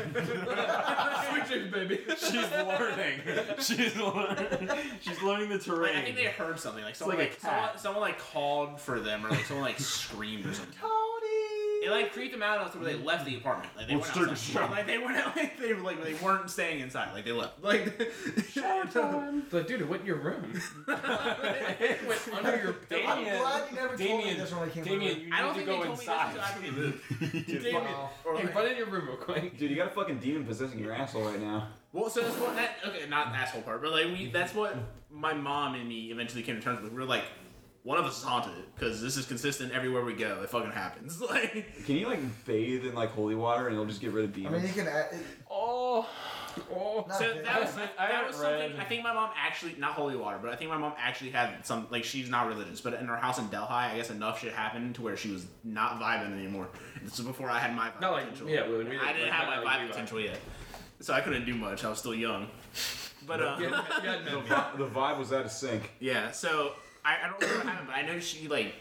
F: Sweet dreams, baby.
M: She's learning. She's learning. She's learning the
B: Like,
M: terrain.
B: I think they heard something. Like someone
M: like
B: like,
M: a
B: someone,
M: cat.
B: someone like called for them or like someone like screamed or something.
A: Tony!
B: It like creeped them out enough to where they left the apartment. Like they
M: Well,
B: went
M: it's
B: outside.
M: circus show.
B: Like they went out. Like they were like they weren't staying inside. Like they left. Like
F: Like, dude, it went in your room. it went under your bed.
A: I'm glad you never told me this when I came
M: Damien,
A: over.
M: you
B: I don't
M: need to
B: think they
M: go
B: told me this
M: inside.
B: until after they moved.
A: Wow.
F: Damien, hey, run in your room real quick.
G: Dude, you got a fucking demon possessing your asshole right now.
B: Well, so that's what that okay, not asshole part, but like we that's what my mom and me eventually came to terms with. We were like, one of us is haunted because this is consistent everywhere we go. It fucking happens. Like
G: Can you like bathe in like holy water and it'll just get rid of
A: I
G: demons?
A: mean, you can. add- it-
F: Oh, oh.
A: not
B: So
A: bad.
B: that was,
F: I
B: that
F: haven't
B: was something.
F: read.
B: I think my mom actually not holy water, but I think my mom actually had some like she's not religious, but in her house in Delhi, I guess enough shit happened to where she was not vibing anymore. This was before I had my vibe
F: Not like-
B: potential.
F: yeah, we- we didn't-
B: I didn't
F: like,
B: have my
F: not
B: vibe
F: like you vibe.
B: potential yet, so I couldn't do much. I was still young, but uh,
F: Yeah, you had no
G: Vi- the vibe was out of sync.
B: Yeah, so I, I don't know what happened, but I know she like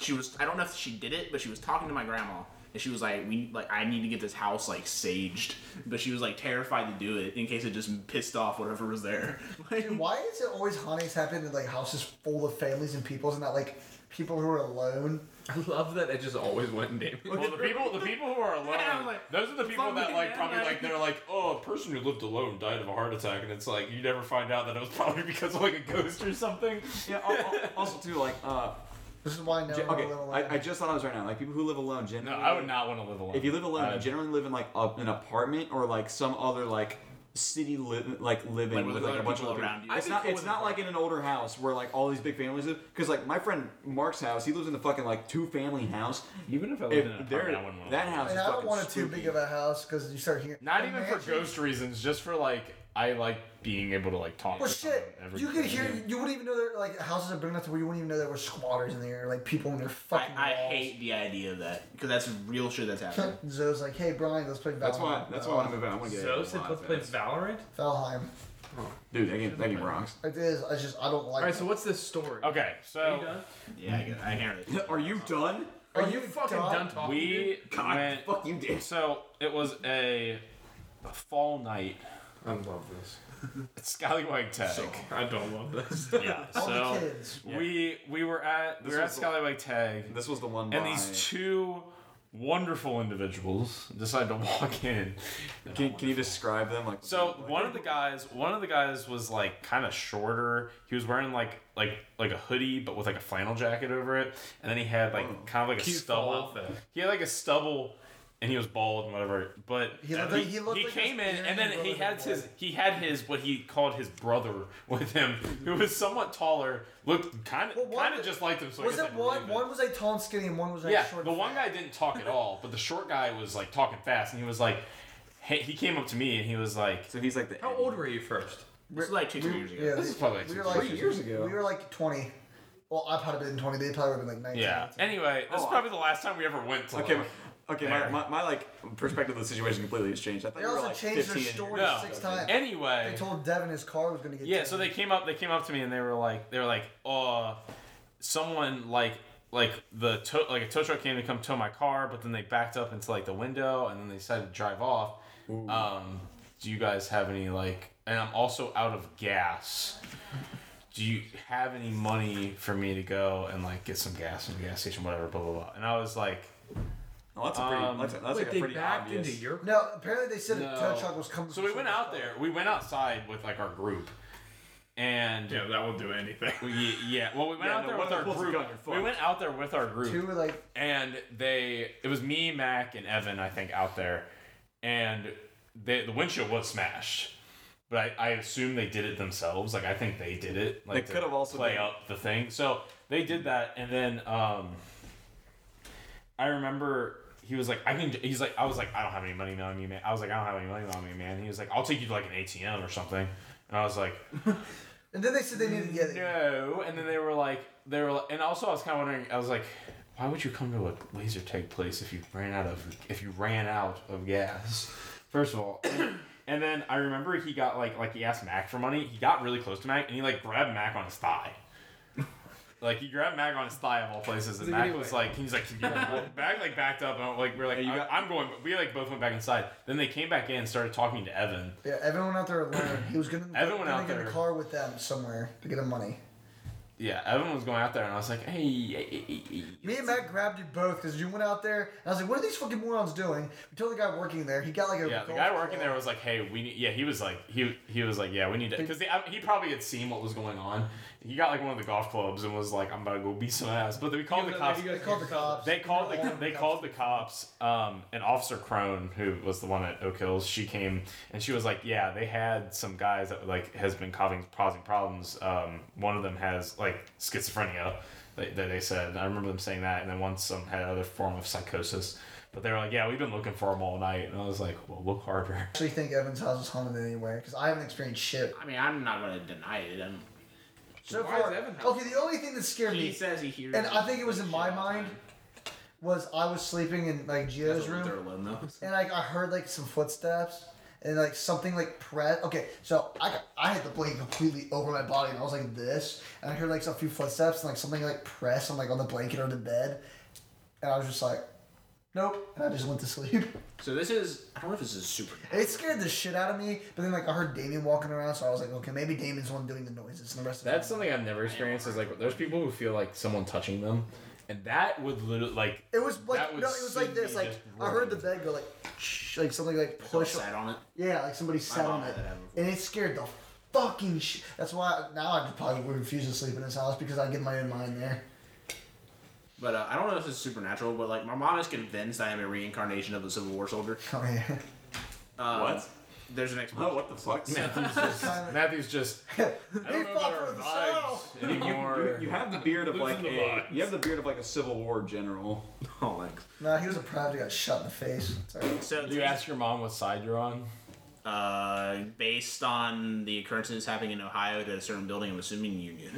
B: she was I don't know if she did it, but she was talking to my grandma and she was like, We like I need to get this house like saged. But she was like terrified to do it in case it just pissed off whatever was there. Like
A: Why is it always hauntings happen in like houses full of families and peoples and not like people who are alone?
F: I love that it just always went in Damien.
C: Well, the people, the people who are alone,
B: Yeah, I'm like,
C: those are the people that
B: fucking
C: like probably
B: man.
C: like they're like, oh, a person who lived alone died of a heart attack, and it's like you never find out that it was probably because of like a ghost or something.
G: Yeah. al- al- also too like uh.
A: This is why I know.
G: gen-
A: I'm
G: okay.
A: a little
G: I, I just thought I was right now. Like people who live alone
C: No,
G: generally.
C: I would not want to Mm. live alone.
G: If you live alone,
C: I-
G: you generally live in like a, an apartment or like some other like city li- like living
B: Like,
G: with,
B: with
G: like
B: other
G: a bunch of
B: people
G: other
B: around
G: people.
B: you.
G: It's
B: I'd be
G: not
B: cool
G: it's
B: with
G: not
B: it.
G: like in an older house where like all these big families live. Because like my friend Mark's house, he lives in a fucking like two family house.
C: even if I lived
G: If
C: in an
G: they're-
C: apartment, I wouldn't want to.
G: that house is
A: And I don't
G: fucking
A: want it too
G: spooky.
A: big of a house because you start hearing.
C: Not even for
A: Imagine-
C: ghost reasons, just for like I like being able to like talk.
A: Well,
C: to someone
A: shit.
C: every-
A: You could hear. You wouldn't even know that like houses are big enough to where you wouldn't even know there were squatters in there, like people in their
B: I,
A: fucking.
B: I
A: walls.
B: hate the idea of that because that's real shit that's happening.
A: Zoe's like, hey Brian, let's play Valheim.
G: That's why. That's why I want to move out. I want to get.
I: So
G: out of
I: said
G: my
I: let's
G: life,
I: play
G: man.
I: Valorant.
A: Valheim.
G: Dude, that game, that game rocks.
A: It is. I just I don't like.
F: All right,
A: it.
F: so what's this story?
C: Okay,
I: Are you
C: so
I: done?
B: Yeah, I, get it. I hear it.
G: Are you done?
F: Are you fucking
A: done?
F: done talking? dude?
C: we went.
G: Fuck you, did.
C: So it was a a fall night
F: I love this.
C: at Scallywag Tag.
F: I don't love this.
C: yeah.
A: All the
C: So
A: kids.
C: we we were at we
G: This
C: were at
G: was the-
C: Scallywag Tag.
G: This was the one.
C: And
G: by-
C: these two wonderful individuals decide to walk in.
G: Can, can you describe them? Like
C: So one of the guys, one of the guys was like kind of shorter. He was wearing like like like a hoodie, but with like a flannel jacket over it, and then he had like
G: Oh.
C: kind of like a
F: Cute fall
C: stubble.
F: outfit.
C: He had like a stubble, and he was bald and whatever. But
A: He looked
C: he,
A: like- he looked like
C: came
A: this
C: in, and then
A: Aryan
C: he
A: brother
C: had
A: boy.
C: his he had his what he called his brother with him, who was somewhat taller, looked kind of
A: Well, one-
C: kind of just like him. So I
A: was
C: guess I
A: it
C: believe
A: one? One was like tall and skinny, and one was like
C: yeah,
A: short.
C: the
A: and
C: one
A: fat.
C: guy didn't talk at all, but the short guy was like talking fast, and he was like, he, he came up to me and he was like,
G: So he's like the.
F: How old were you first?
B: This was like two, three years ago.
A: Yeah,
C: this is probably like
A: we
C: two,
A: were like
C: three
G: years ago.
A: We were like twenty. Well, I probably been twenty. They probably would have been like nineteen.
C: yeah. Anyway, this
G: Oh,
C: is probably the last time we ever went to.
G: Okay,
C: like-
G: okay. My,
C: There.
G: my, my like perspective of the situation completely has changed. I thought
A: They
G: you were
A: also
G: like
A: changed
G: 15
A: their story
C: No.
A: six times. They
C: anyway,
A: told Devin his car was gonna get.
C: yeah.
A: taken.
C: So they came up. They came up to me and they were like, they were like, uh, someone like like the tow, like a tow truck came to come tow my car, but then they backed up into like the window and then they decided to drive off. Um, do you guys have any like? And I'm also out of gas. Do you have any money for me to go and like get some gas in the gas station, whatever, blah blah blah? And I was like,
G: Oh, that's a pretty.
C: Um,
G: that's a, that's
F: Wait,
G: like
F: they
G: a pretty
F: backed
G: obvious.
F: into your.
A: No, apparently they said a tow
C: No.
A: truck was coming.
C: So
A: from
C: we went
A: somewhere.
C: out there. We went outside with like our group, and
I: Yeah, that will do anything.
C: we, yeah, well, we went
G: Yeah,
C: out
G: no,
C: there with
G: one of
C: our
G: them pulls a
C: group.
G: gun, you're
C: We
G: fucked.
C: went out there with our group,
A: Two were like
C: and they it was me, Mac, and Evan, I think, out there, and they, the windshield was smashed. But I, I assume they did it themselves. Like I think they did it. Like
G: They
C: to
G: could have also
C: play
G: been-
C: up the thing. So they did that, and then um, I remember he was like, I can. He's like, I was like, I don't have any money on me, man. I was like, I don't have any money on me, man. He was like, I'll take you to like an ATM or something. And I was like,
A: And then they said they needed to
C: Mm,
A: get it.
C: no. And then they were like, they were, like, and also I was kind of wondering, I was like, why would you come to a laser tag place if you ran out of if you ran out of gas? First of all. And then I remember he got like like he asked Mac for money. He got really close to Mac and he like grabbed Mac on his thigh. Like he grabbed Mac on his thigh of all places, and
F: Like,
C: Mac
F: anyway.
C: was like, he's like, Mac like backed up, and like we we're like,
G: you
C: I,
G: got-
C: I'm going. We like both went back inside. Then they came back in, and started talking to Evan,
A: Yeah, Evan went out there alone. He was gonna,
C: Evan went
A: gonna
C: out
A: get in a
C: there.
A: car with them somewhere to get him money.
C: Yeah, Evan was going out there, and I was like, "Hey, hey, hey, hey, hey."
A: Me and Matt grabbed you both because you went out there, and I was like, "What are these fucking morons doing?" We told the guy working there. He got like a
C: yeah." The
A: golf
C: guy working
A: club.
C: there was like, "Hey, we need." Yeah, he was like, he he was like, "Yeah, we need to," because he, I- he probably had seen what was going on. He got like one of the golf clubs and was like, "I'm about to go beat some ass," but then we called the cops.
A: They called the cops.
C: They called the
A: Yeah.
C: they called the cops. Um, and Officer Crone, who was the one at Oak Hills, she came and she was like, "Yeah, they had some guys that like has been causing causing problems. Um, one of them has like schizophrenia, that, that they said. I remember them saying that, and then once some had another form of psychosis. But they were like, "Yeah, we've been looking for him all night," and I was like, "Well, look harder."
A: actually think Evan's house is haunted anyway because I haven't experienced shit.
B: I mean, I'm not gonna deny it. I'm,
A: So
F: Why is
A: far,
F: Evan house-
A: okay. The only thing that scared
B: he
A: me,
B: says he hears.
A: and I think it was in my mind, was I was sleeping in like Gio's room,
B: They're alone though.
A: and like I heard like some footsteps and like something like press. Okay, so I got, I had the blanket completely over my body and I was like this, and I heard like a few footsteps and like something like press on like on the blanket or the bed, and I was just like, nope, and I just went to sleep.
B: So this is. I don't know if this is super.
A: It scared the shit out of me, but then like I heard Damien walking around, so I was like, okay, maybe Damien's the one doing the noises and the rest of
C: That's something I've never experienced. Is like, there's people who feel like someone touching them, and that would literally like
A: It was like
C: That
A: no,
C: would
A: it was like
C: send
A: this.
C: me
A: Like
C: just
A: I heard
C: running.
A: the bed go like, shh, like something like
B: Push
A: push.
B: sat on it.
A: Yeah, like somebody sat
B: mom
A: on it,
B: had that before.
A: and it scared the fucking shit. That's why now I probably would refuse to sleep in his house because I get my own mind there.
B: But uh, I don't know if this is supernatural. But like, my mom is convinced I am a reincarnation of a Civil War soldier.
A: Oh yeah.
B: Um,
G: What?
B: There's an explanation.
G: Oh, what the fuck?
C: Matthew's just
A: He fought for the show.
C: anymore.
G: You have the beard of
C: Losing
G: like
C: the
G: a
C: vibes.
G: you have the beard of like a Civil War general.
B: Oh, thanks.
A: Nah, he was a proud who got shot in the face. Sorry.
B: So
C: Do you ask your mom what side you're on?
B: uh, based on the occurrences happening in Ohio to a certain building, I'm assuming Union.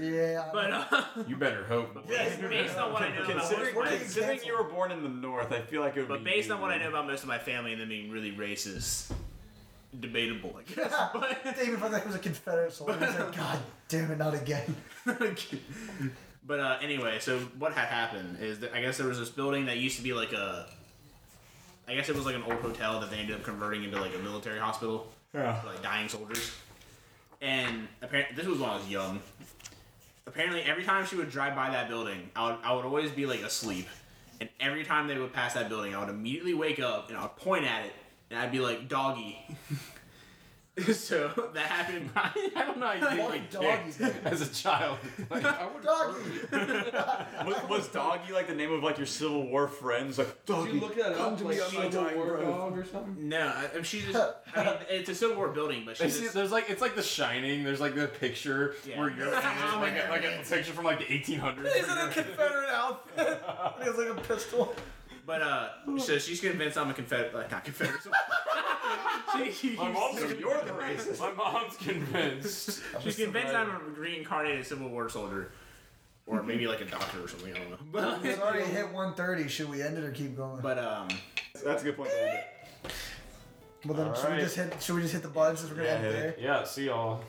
A: Yeah.
B: But uh,
C: You better hope.
B: based on what I know about
G: Considering,
A: we're getting
G: considering
A: canceled.
G: you were born in the North, I feel like it would
B: But
G: be.
B: based
G: you.
B: on what I know about most of my family and them being really racist, debatable, I guess. But,
A: David thought that he was a Confederate soldier. He's like, God damn it, not again.
B: but uh, anyway, so what had happened is that I guess there was this building that used to be like a. I guess it was like an old hotel that they ended up converting into like a military hospital
C: Yeah.
B: for like dying soldiers. And apparently, this was when I was young. Apparently, every time she would drive by that building, I would, I would always be like asleep. And every time they would pass that building, I would immediately wake up and I would point at it and I'd be like, doggy. so that happened.
C: I don't know. How you
A: Fucking
C: did
A: doggy.
C: as a child. Like, I would
A: Doggy.
G: Was, was Doggy like the name of like your Civil War friends? Like
F: Did you
G: Doggy.
F: look that up?
G: to
F: like,
G: me on my
F: Civil
G: dying
F: War
G: breath.
F: dog or something?
B: No, I, I mean, she just. I mean, it's a Civil War building, but she
C: I see,
B: just.
C: there's like it's like The Shining. There's like the picture
B: Yeah.
C: where you're like, a- like a picture from like the 1800s.
A: Confederate outfit. He has like a pistol.
B: But, uh, so she's convinced I'm a Confederate. Like, not Confederate.
C: My mom's,
G: You're the racist.
C: my mom's convinced.
B: She's convinced I'm a reincarnated Civil War soldier. Or maybe like a doctor or something, I don't know.
A: It's already hit 130. Should we end it or keep going?
B: But um,
G: That's a good point. to end it.
A: Well then, should
G: Alright.
A: we just hit? Should we just hit the button since we're gonna
G: Yeah,
A: end
G: hit
A: there?
C: Yeah. See y'all.